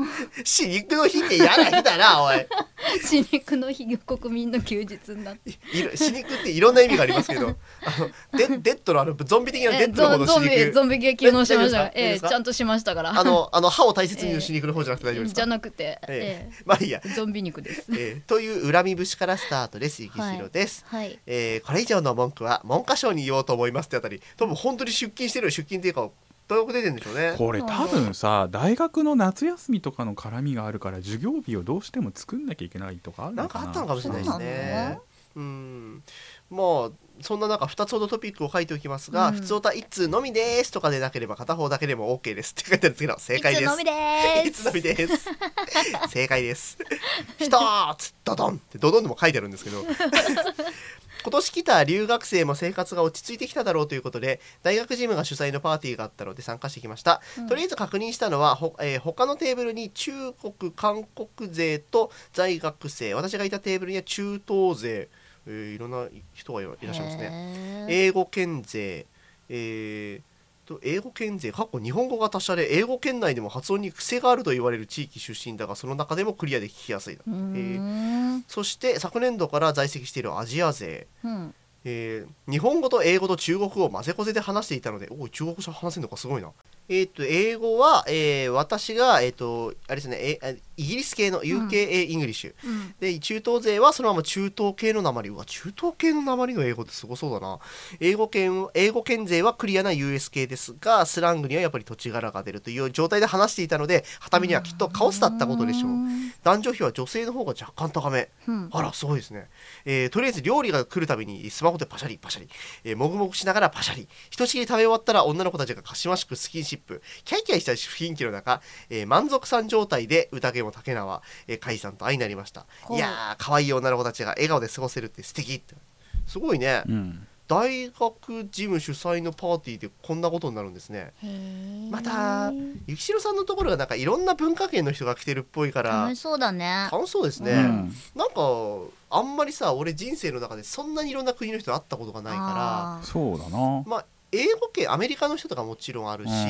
[SPEAKER 1] し肉の日って嫌な日だなおい
[SPEAKER 2] 死肉の日が国民の休日になって
[SPEAKER 1] いろ死肉っていろんな意味がありますけどあのデデッドのあのゾンビ的な
[SPEAKER 2] え
[SPEAKER 1] デッドの方
[SPEAKER 2] ゾン
[SPEAKER 1] の
[SPEAKER 2] ゾ
[SPEAKER 1] 死
[SPEAKER 2] ンビゾ
[SPEAKER 1] 肉
[SPEAKER 2] ンビ系機能しました
[SPEAKER 1] え大丈夫ですか
[SPEAKER 2] え
[SPEAKER 1] いいで
[SPEAKER 2] え
[SPEAKER 1] すか
[SPEAKER 2] ちゃんとしましたから
[SPEAKER 1] あのあの歯を大切にの死肉の方じゃなくて大丈夫です
[SPEAKER 2] じゃ
[SPEAKER 1] か、
[SPEAKER 2] なくて
[SPEAKER 1] え
[SPEAKER 2] え
[SPEAKER 1] えまあいいや
[SPEAKER 2] えゾンビ肉です
[SPEAKER 1] えーという恨み節からスタートです、ゆきひろです。
[SPEAKER 2] はい
[SPEAKER 1] えーこれ以上の文句は文科省に言おうと思いますってあたり、多分本当に出勤してる、出勤っていうか、大学出てんでしょうね。
[SPEAKER 3] これ多分さ大学の夏休みとかの絡みがあるから授業日をどうしても作んなきゃいけないとかある
[SPEAKER 1] な
[SPEAKER 3] の
[SPEAKER 1] んかあ
[SPEAKER 3] かな
[SPEAKER 1] ったのかもしれないです
[SPEAKER 2] そうな
[SPEAKER 1] ねう
[SPEAKER 2] の。
[SPEAKER 1] ん、まあそんな中2つほどトピックを書いておきますが「
[SPEAKER 2] うん
[SPEAKER 1] 普通おた1通のみです」とかでなければ片方だけでも OK ですって書いてあるんですけど正解
[SPEAKER 2] い
[SPEAKER 1] で
[SPEAKER 2] つ
[SPEAKER 1] す
[SPEAKER 2] のみでー
[SPEAKER 1] いつのみ
[SPEAKER 2] す
[SPEAKER 1] です 正解です一つドドンってドドンでも書いてあるんですけど 今年来た留学生も生活が落ち着いてきただろうということで大学ジムが主催のパーティーがあったので参加してきました、とりあえず確認したのはほ、えー他のテーブルに中国韓国勢と在学生私がいたテーブルには中東勢、えーいろんな人がいらいらっしゃいますね
[SPEAKER 2] ね
[SPEAKER 1] 英語圏勢えーと英語圏勢過去日本語が達者で英語圏内でも発音に癖があると言われる地域出身だがその中でもクリアで聞きやすいだ、
[SPEAKER 2] うー
[SPEAKER 1] えー
[SPEAKER 2] ん
[SPEAKER 1] そして昨年度から在籍しているアジア勢、
[SPEAKER 2] うん
[SPEAKER 1] えー日本語と英語と中国語を混ぜこぜで話していたのでおい中国語話せるのかすごいな。えー、と英語は、えー私が、えーとあれですねえあイギリス系の UKA イングリッシュ、
[SPEAKER 2] うん
[SPEAKER 1] で中東勢はそのまま中東系の鉛うわ中東系の鉛の英語ってすごそうだな英語圏英語圏勢はクリアな US 系ですがスラングにはやっぱり土地柄が出るという状態で話していたので畳にはきっとカオスだったことでしょう男女比は女性の方が若干高め
[SPEAKER 2] うん
[SPEAKER 1] あらすごいですね、えーとりあえず料理が来るたびにスマホでパシャリパシャリ、えーもぐもぐしながらパシャリ一しきり食べ終わったら女の子たちがかしましくスキンシップキャイキャイした雰囲気の中、えー満足さん状態で宴も竹縄、えー、甲斐さんと会いになりました
[SPEAKER 2] ほう
[SPEAKER 1] いやー可愛い女の子たちが笑顔で過ごせるって素敵ってすごいね、
[SPEAKER 3] うん
[SPEAKER 1] 大学ジム主催のパーティーでこんなことになるんですね
[SPEAKER 2] へー
[SPEAKER 1] またゆきしろさんのところがなんかいろんな文化圏の人が来てるっぽいから
[SPEAKER 2] 楽しそうだね
[SPEAKER 1] 楽しそうですね、
[SPEAKER 3] うん
[SPEAKER 1] なんかあんまりさ俺人生の中でそんなにいろんな国の人と会ったことがないから
[SPEAKER 2] あー
[SPEAKER 3] そうだな
[SPEAKER 1] まあ英語系アメリカの人とかもちろんあるし、
[SPEAKER 3] うん
[SPEAKER 2] う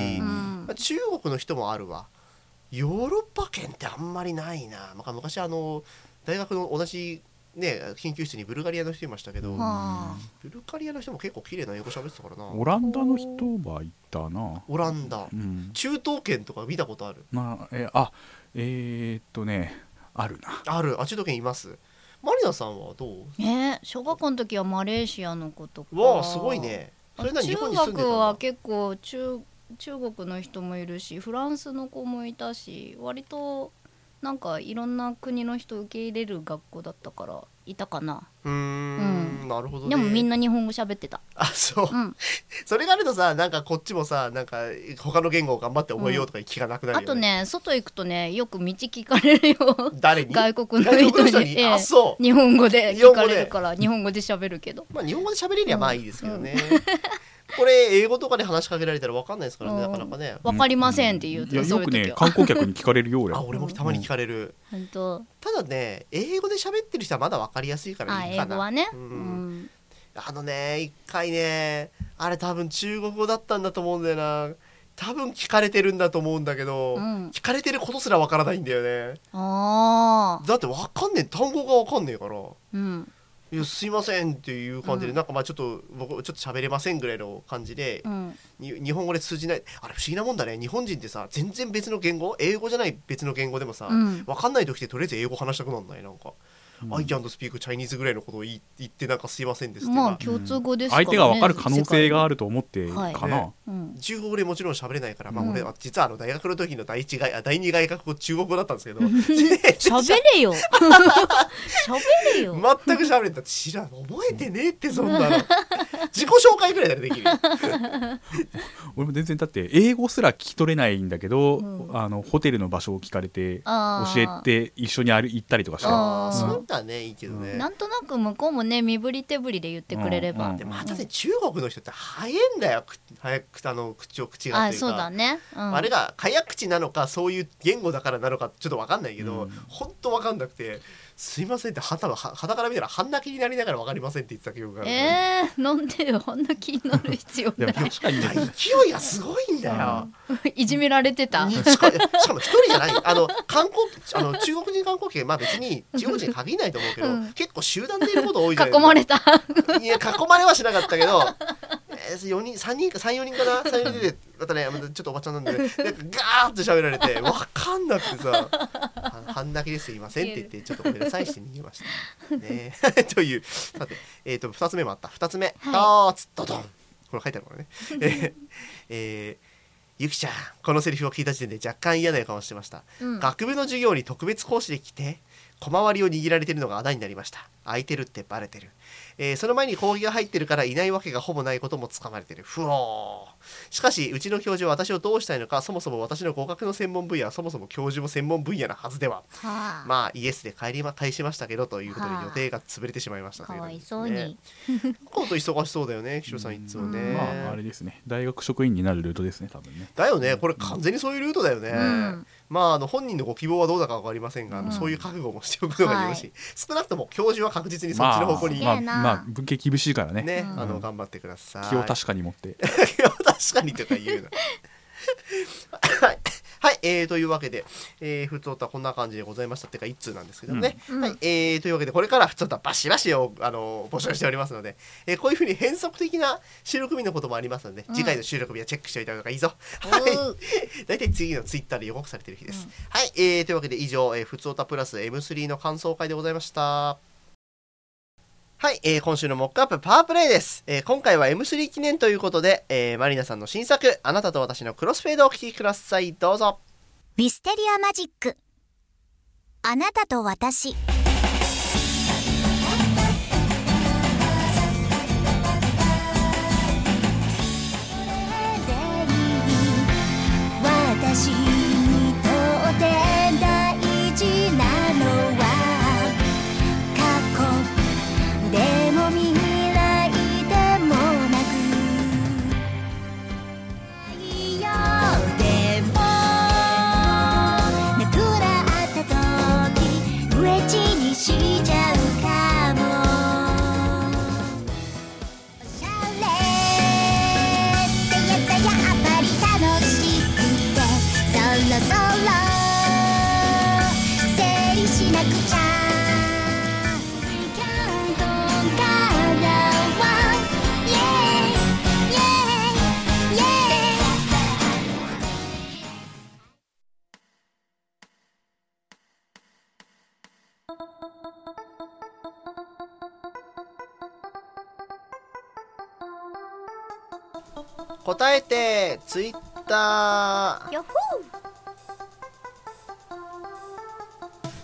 [SPEAKER 2] ん
[SPEAKER 1] まあ中国の人もあるわヨーロッパ圏ってあんまりないな、まあ、昔あの大学の同じね研究室にブルガリアの人いましたけど、
[SPEAKER 3] うん
[SPEAKER 2] はあ
[SPEAKER 1] ブルガリアの人も結構綺麗な英語喋ってたからな
[SPEAKER 3] オランダの人はいたな
[SPEAKER 1] オランダ
[SPEAKER 3] うん
[SPEAKER 1] 中東圏とか見たことある
[SPEAKER 3] まあえーあえーっとねあるな
[SPEAKER 1] あるあ中東圏いますマリナさんはどう
[SPEAKER 2] ね小学校の時はマレーシアの子とか
[SPEAKER 1] わあすごいねそれなりに
[SPEAKER 2] 中
[SPEAKER 1] 日本に住んでたん
[SPEAKER 2] 学
[SPEAKER 1] だ
[SPEAKER 2] は結構中中国の人もいるしフランスの子もいたし割となんかいろんな国の人受け入れる学校だったからいたかな
[SPEAKER 1] うーん
[SPEAKER 2] うん
[SPEAKER 1] なるほどね
[SPEAKER 2] でもみんな日本語喋ってた、
[SPEAKER 1] あそう、
[SPEAKER 2] うん、
[SPEAKER 1] それがあるとさなんかこっちもさなんか他の言語を頑張って覚えようとかいう気がなくなるよ、
[SPEAKER 2] あとね外行くとねよく道聞かれるよ
[SPEAKER 1] 誰に
[SPEAKER 2] 外国の人
[SPEAKER 1] 外
[SPEAKER 2] に
[SPEAKER 1] 国の人に
[SPEAKER 2] ええ
[SPEAKER 1] あそう
[SPEAKER 2] 日本語で聞かれるから日本語で喋るけど
[SPEAKER 1] まあ日本語で喋れりゃまあいいですけどね、これ英語とかで話しかけられたらわかんないですからね、
[SPEAKER 2] うん
[SPEAKER 1] なかなかね
[SPEAKER 2] わかりませんって言う
[SPEAKER 3] い
[SPEAKER 2] と
[SPEAKER 3] や
[SPEAKER 2] そ
[SPEAKER 3] よ
[SPEAKER 2] ういう
[SPEAKER 3] く
[SPEAKER 2] 時
[SPEAKER 3] ね
[SPEAKER 2] は
[SPEAKER 3] 観光客に聞かれるようや
[SPEAKER 1] あ俺もたまに聞かれる、
[SPEAKER 2] 本当
[SPEAKER 1] ただね英語で喋ってる人はまだわかりやすいから
[SPEAKER 2] あ
[SPEAKER 1] いいかな
[SPEAKER 2] 英語はね
[SPEAKER 1] う
[SPEAKER 2] うんん
[SPEAKER 1] あのね一回ねあれ多分中国語だったんだと思うんだよな多分聞かれてるんだと思うんだけど、
[SPEAKER 2] うん
[SPEAKER 1] 聞かれてることすらわからないんだよね
[SPEAKER 2] ああ
[SPEAKER 1] だってわかんねえ単語がわかんねえから
[SPEAKER 2] うん
[SPEAKER 1] いやすいませんっていう感じで、
[SPEAKER 2] うん
[SPEAKER 1] なんかまあちょっと僕ちょっと喋れませんぐらいの感じで
[SPEAKER 2] う、ん
[SPEAKER 1] に日本語で通じないあれ不思議なもんだね日本人ってさ全然別の言語英語じゃない別の言語でもさ、わ
[SPEAKER 2] うん
[SPEAKER 1] 分かんない時ってとりあえず英語話したくなんないなんか、
[SPEAKER 3] うん
[SPEAKER 1] I can't speak Chinese ぐらいのことを言い言ってなんかすいませんですって、
[SPEAKER 2] まあ
[SPEAKER 1] まあ
[SPEAKER 2] 共通語ですからね
[SPEAKER 3] 相手が分かる可能性があ
[SPEAKER 2] る、
[SPEAKER 3] ると思って
[SPEAKER 2] はい
[SPEAKER 3] か
[SPEAKER 1] ね
[SPEAKER 3] な
[SPEAKER 2] うん、
[SPEAKER 1] 中国語でもちろん喋れないから、まあ、
[SPEAKER 2] うん
[SPEAKER 1] 俺は実はあの大学の時の第一外あ第二外国語中国語だったんです けど
[SPEAKER 2] 喋れよ喋れよ、
[SPEAKER 1] 全く喋れた知らん覚えてねえってそん なの自己紹介ぐらいならできる
[SPEAKER 3] 俺も全然だって英語すら聞き取れないんだけど、
[SPEAKER 2] うん
[SPEAKER 3] あのホテルの場所を聞かれて教
[SPEAKER 2] あ
[SPEAKER 3] え
[SPEAKER 2] ー
[SPEAKER 3] て一緒に歩行ったりとかして
[SPEAKER 1] あ
[SPEAKER 2] あ
[SPEAKER 1] あ
[SPEAKER 2] ー
[SPEAKER 1] そういうのはねいいけどね、
[SPEAKER 2] なんとなく向こうもね身振り手振りで言ってくれれば、
[SPEAKER 3] うんうん
[SPEAKER 1] でまたね中国の人って早いんだよく早くあの口を口が
[SPEAKER 2] あ
[SPEAKER 1] という
[SPEAKER 2] そうだ
[SPEAKER 1] か。
[SPEAKER 2] ね、うん、
[SPEAKER 1] あれが早口なのかそういう言語だからなのかちょっと分かんないけど、
[SPEAKER 3] うん
[SPEAKER 1] ほんと分かんなくて「すいません」ってはたはたから見たら半泣きになりながら「分かりません」って言ってた記憶がある、
[SPEAKER 2] えー、なんでよこんな気になる必要
[SPEAKER 3] で
[SPEAKER 2] な
[SPEAKER 3] も
[SPEAKER 2] い
[SPEAKER 3] 確かにね
[SPEAKER 1] 勢いがすごいんだよ。
[SPEAKER 2] いじめられてた
[SPEAKER 1] にしかしかも一人じゃないあの観光あの中国人観光客まあ別に中国人に限らないと思うけど、
[SPEAKER 2] うん
[SPEAKER 1] 結構集団でいること多いじゃない
[SPEAKER 2] 囲まれた
[SPEAKER 1] いや囲まれはしなかったけど、えー、4人3人か34人かな3人でまたねまたちょっとおばちゃんなんで、ね、なんかガーッと喋られて分かんなくてさ「半泣きですいません」って言って「ちょっとごめんなさい」して逃げました。ね、 というさて、えー、と2つ目もあった2つ目「
[SPEAKER 2] はい
[SPEAKER 1] とーつどどん」これ書いてあるからね。えーえーゆきちゃんこのセリフを聞いた時点で若干嫌な予感をしてました、
[SPEAKER 2] うん
[SPEAKER 1] 学部の授業に特別講師で来て小回りを握られているのがあだになりました空いてるってバレてる、えーその前に講義が入ってるからいないわけがほぼないこともつかまれてるふおーしかしうちの教授は私をどうしたいのかそもそも私の合格の専門分野はそもそも教授も専門分野なはずでは
[SPEAKER 2] はあ、
[SPEAKER 1] まあイエスで帰りま退しましたけどということで
[SPEAKER 2] はあ
[SPEAKER 1] 予定が潰れてしまいましたと
[SPEAKER 2] か
[SPEAKER 1] いう
[SPEAKER 2] わ
[SPEAKER 1] 感じ
[SPEAKER 2] い
[SPEAKER 1] です
[SPEAKER 2] そう
[SPEAKER 1] ね
[SPEAKER 2] に、
[SPEAKER 1] コート忙しそうだよね岸尾さんいつもね、
[SPEAKER 3] まああれですね大学職員になるルートですね多分ね
[SPEAKER 1] だよねこれ完全にそういうルートだよね、
[SPEAKER 2] うん
[SPEAKER 1] まああの本人のご希望はどうだかわかりませんが、あの
[SPEAKER 2] うん
[SPEAKER 1] そういう覚悟もしておくのがよろしい、少なくとも教授は確実にそっ
[SPEAKER 3] ま
[SPEAKER 1] ち
[SPEAKER 3] あ
[SPEAKER 1] の方向に、
[SPEAKER 3] まあ
[SPEAKER 2] すげえな
[SPEAKER 3] まあ文系厳しいからね
[SPEAKER 1] ね、
[SPEAKER 2] うん
[SPEAKER 1] あの頑張ってください
[SPEAKER 3] 気を確かに持って
[SPEAKER 1] いや確かにとか言うな。はいはい、えー、というわけで、えー、ふつおたこんな感じでございましたっていうか一通なんですけどもね、
[SPEAKER 2] うん
[SPEAKER 1] はい、えー、というわけでこれからふつおたバシバシをあの募集しておりますので、えー、こういうふうに変則的な収録日のこともありますので、
[SPEAKER 2] うん
[SPEAKER 1] 次回の収録日はチェックしておいた方がいいぞ、
[SPEAKER 2] お
[SPEAKER 1] は
[SPEAKER 2] う
[SPEAKER 1] い、大体次のツイッターで予告されてる日です、
[SPEAKER 2] うん
[SPEAKER 1] はい、えー、というわけで以上、えー、ふつおたプラス M3 の感想会でございましたはい、えー今週のモックアップパワープレイです、えー今回は M3 記念ということで、えーマリナさんの新作「あなたと私のクロスフェード」をお聴きくださいどうぞ
[SPEAKER 4] ミステリアマジックあなたと私私にとって大事なのは過去でも未来でもなく「いよでもなくなったとき」「うれちにしちゃうかも」「おしゃれってやつはやっぱり楽しくて」「そろそろ整理しなくちゃ」「キャンとからはイェイイェイイェイ」
[SPEAKER 1] 答えてツイッター
[SPEAKER 2] ヤッホ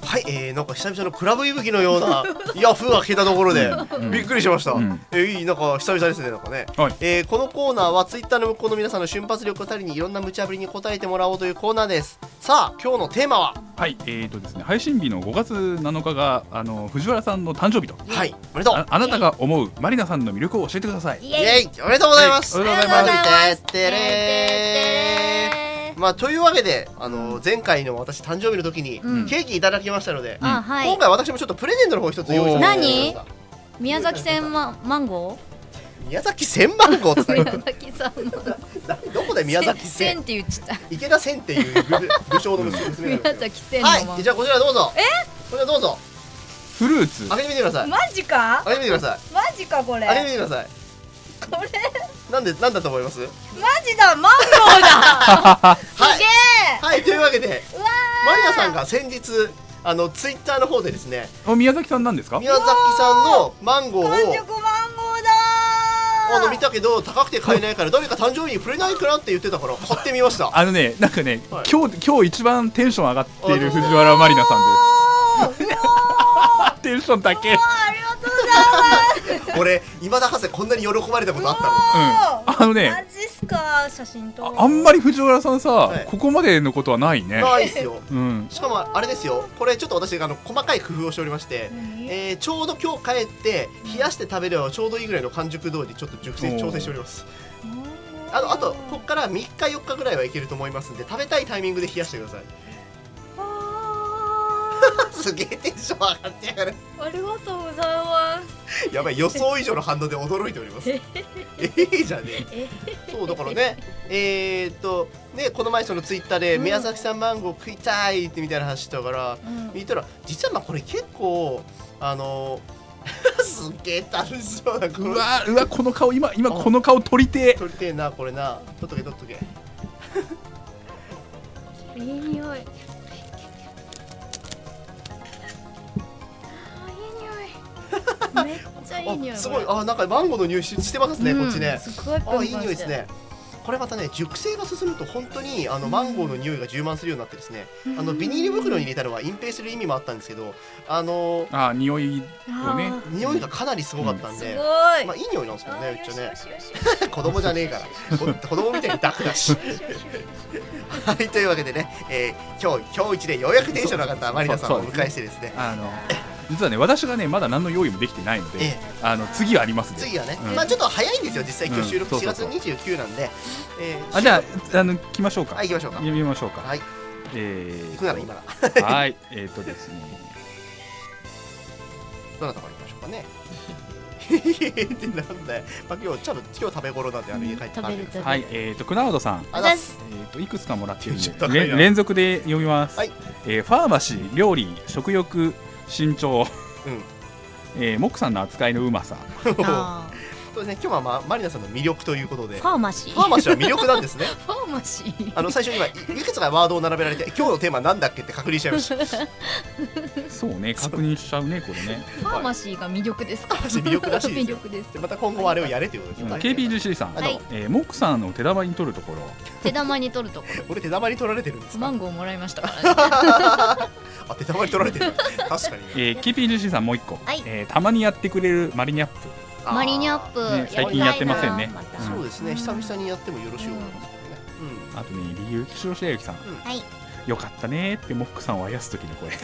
[SPEAKER 1] はい、えー、なんか久々のクラブ息吹のようなヤフーが聞けたところで、
[SPEAKER 3] うん
[SPEAKER 1] びっくりしました、
[SPEAKER 3] うん
[SPEAKER 1] えーいいなんか久々ですねなんかね、
[SPEAKER 3] はい
[SPEAKER 1] えーこのコーナーはツイッターの向こうの皆さんの瞬発力を頼りにいろんな無茶ぶりに答えてもらおうというコーナーですさあ今日のテーマは
[SPEAKER 3] はいえーとですね配信日の5月7日があの藤原さんの誕生日と
[SPEAKER 1] はいおめでとう
[SPEAKER 3] ああなたが思うマリナさんの魅力を教えてください
[SPEAKER 2] ー
[SPEAKER 1] イエイおめでとうございます
[SPEAKER 3] イエイおめでとうござい
[SPEAKER 1] ます
[SPEAKER 2] て
[SPEAKER 1] てれーまあというわけであの前回の私誕生日の時に
[SPEAKER 2] うん
[SPEAKER 1] ケーキいただきましたので、
[SPEAKER 2] あはい
[SPEAKER 1] 今回私もちょっとプレゼントの方一つ用意させていただきました
[SPEAKER 2] 宮崎千万マンゴ
[SPEAKER 1] 宮崎千万号って
[SPEAKER 2] ー 宮
[SPEAKER 1] 何
[SPEAKER 2] 崎さんの
[SPEAKER 1] どこで宮崎千
[SPEAKER 2] 千って言っちゃっ
[SPEAKER 1] 池田千っていう武武将の
[SPEAKER 2] た
[SPEAKER 1] 娘
[SPEAKER 2] 宮
[SPEAKER 1] なんですよ
[SPEAKER 2] 崎千のマンゴ
[SPEAKER 1] はいじ
[SPEAKER 2] ー
[SPEAKER 1] ゃあこちらどうぞこちらどうぞ
[SPEAKER 3] フルーツ
[SPEAKER 1] 開けてみてください
[SPEAKER 2] マジか
[SPEAKER 1] 開けてみてくださ
[SPEAKER 2] マジかこ
[SPEAKER 1] い
[SPEAKER 2] れ
[SPEAKER 1] 開けてみてください
[SPEAKER 2] これ
[SPEAKER 1] なんでなんだと思います
[SPEAKER 2] マジだマンゴーだ
[SPEAKER 1] はい
[SPEAKER 2] すげえ
[SPEAKER 1] はいというわけで
[SPEAKER 2] うわ
[SPEAKER 1] マリナさんが先日あのツイッターの方でですね
[SPEAKER 3] お宮崎さんなんですか
[SPEAKER 1] 宮崎さんのマンゴー
[SPEAKER 2] ー完
[SPEAKER 1] を
[SPEAKER 2] 熟マンゴー
[SPEAKER 1] あの
[SPEAKER 2] だ
[SPEAKER 1] 見たけど高くて買えないから誰か誕生日にくれないかなって言ってたから買ってみました
[SPEAKER 3] あのねなんかね、
[SPEAKER 1] はい
[SPEAKER 3] 今日今日一番テンション上がっている藤原マリナさんです
[SPEAKER 2] おーうわー
[SPEAKER 3] テンションだけうん
[SPEAKER 2] ありがとうございます
[SPEAKER 1] 俺今田博士こんなに喜ばれたことあったの
[SPEAKER 3] あの
[SPEAKER 2] マ
[SPEAKER 3] ね
[SPEAKER 2] ジっすか写真撮ろ
[SPEAKER 3] あ
[SPEAKER 2] う
[SPEAKER 3] あんまり藤原さんさ、
[SPEAKER 1] はい
[SPEAKER 3] ここまでのことはないね
[SPEAKER 1] ないですよ
[SPEAKER 3] うん
[SPEAKER 1] しかもあれですよこれちょっと私あの細かい工夫をしておりまして、
[SPEAKER 2] 何
[SPEAKER 1] えーちょうど今日帰って冷やして食べればちょうどいいぐらいの完熟度にちょっと熟成調整しておりますあとあとここから3日4日ぐらいはいけると思いますんで食べたいタイミングで冷やしてください
[SPEAKER 2] あ
[SPEAKER 1] すげえテンション上がってやがる
[SPEAKER 2] ーありがとうございます
[SPEAKER 1] やばい予想以上の反応で驚いております。ええじゃねえ。そうだからね、えー、っとねこの前そのツイッターで
[SPEAKER 2] うん
[SPEAKER 1] 宮崎さんマンゴー食いたいってみたいな話したから、
[SPEAKER 2] うん
[SPEAKER 1] 見たら実はまあこれ結構あの すげえ楽しそうなこ
[SPEAKER 3] う
[SPEAKER 1] の
[SPEAKER 3] わうわこの顔今今この顔撮りてえ
[SPEAKER 1] 撮りてえなこれな撮っとけ撮っとけ。
[SPEAKER 2] いい匂いあーいい匂いめっちゃいい匂い
[SPEAKER 1] あすごいあなんかマンゴーの匂いししてますね、こっちね。
[SPEAKER 2] すごい
[SPEAKER 1] あいい匂いですね。これまたね熟成が進むと本当にあのマンゴーの匂いが充満するようになってですねあのビニール袋に入れたのは隠蔽する意味もあったんですけどあの
[SPEAKER 3] あー匂いをね
[SPEAKER 2] あ
[SPEAKER 1] 匂いがかなりすごかったん
[SPEAKER 2] すご
[SPEAKER 1] で、
[SPEAKER 2] い、
[SPEAKER 1] まあいい匂いなんですけどねめっちゃね
[SPEAKER 4] しよしよし
[SPEAKER 1] 子供じゃねえから こ子供みたいにダクだし はいというわけでね、えー今日今日一でようやくテンションの上がったマリナさんをお迎えしてですね
[SPEAKER 3] あの実はね私がねまだ何の用意もできてないので、
[SPEAKER 1] ええ
[SPEAKER 3] あの次はありますね
[SPEAKER 1] 次はね、
[SPEAKER 3] うん
[SPEAKER 1] まあちょっと早いんですよ実際今日収録
[SPEAKER 3] うん
[SPEAKER 1] 4
[SPEAKER 3] そう
[SPEAKER 1] 月
[SPEAKER 3] そうそう
[SPEAKER 1] 29なんで、えー
[SPEAKER 3] あじゃああの来ましょうか、
[SPEAKER 1] はい行きましょうか
[SPEAKER 3] 読みましょうか
[SPEAKER 1] はい
[SPEAKER 3] えー
[SPEAKER 1] 行くなら今だ
[SPEAKER 3] はいえっ、とですね
[SPEAKER 1] どなたから行きましょうかね ってなんだよ、まあ、今日ちょっと今日食べ頃なんであの家帰って
[SPEAKER 2] 食べる
[SPEAKER 1] 食べ
[SPEAKER 2] 食べる
[SPEAKER 3] はいえっ、とクナウドさん
[SPEAKER 1] あざっす
[SPEAKER 3] えー、といくつかもらってる ん
[SPEAKER 1] ちょ
[SPEAKER 3] で
[SPEAKER 1] っと早い
[SPEAKER 3] れ
[SPEAKER 1] なん
[SPEAKER 3] 連続で読みます、
[SPEAKER 1] はい
[SPEAKER 3] えーファーマシー料理食欲身長、
[SPEAKER 1] うん
[SPEAKER 3] えー、モックさんの扱いのうまさ
[SPEAKER 2] あ
[SPEAKER 1] そうですね今日は、まあ、マリナさんの魅力ということで
[SPEAKER 2] ー
[SPEAKER 1] フ
[SPEAKER 2] ファーマシー
[SPEAKER 1] ァーマシーは魅力なんですね
[SPEAKER 2] ファーマシー
[SPEAKER 1] あの最初今いいくつかワードを並べられて今日のテーマなんだっけって確認しちゃいました
[SPEAKER 3] そうね確認しちゃうねこれね、
[SPEAKER 2] ファーマシーが魅力ですか
[SPEAKER 1] ファーマシー魅力らしいです
[SPEAKER 2] 魅
[SPEAKER 1] よ
[SPEAKER 2] 力です
[SPEAKER 1] でまた今後はあれをやれということです
[SPEAKER 3] うん
[SPEAKER 1] よ、ね
[SPEAKER 3] KPGC さん、
[SPEAKER 1] はい
[SPEAKER 3] えーモックさんの手玉に取るところ
[SPEAKER 2] 手玉に取るとこ
[SPEAKER 1] 俺手玉に取られてるんです
[SPEAKER 2] マ
[SPEAKER 1] か
[SPEAKER 2] ンゴーもらいましたからね
[SPEAKER 1] あ手玉に取られてる確かに、
[SPEAKER 3] えー、KPGC さんもう一個、
[SPEAKER 2] はい
[SPEAKER 3] えーたまにやってくれるマリニャップ
[SPEAKER 1] あー
[SPEAKER 2] マリニャップ
[SPEAKER 3] ね
[SPEAKER 2] りたいな
[SPEAKER 3] 最近やってませんね
[SPEAKER 2] また
[SPEAKER 1] そうですね久々にやってもよろしいようなますけどね
[SPEAKER 3] あとね理由白白ゆきさん、
[SPEAKER 4] はい
[SPEAKER 3] よかったねーってモックさんをあやす時の声こ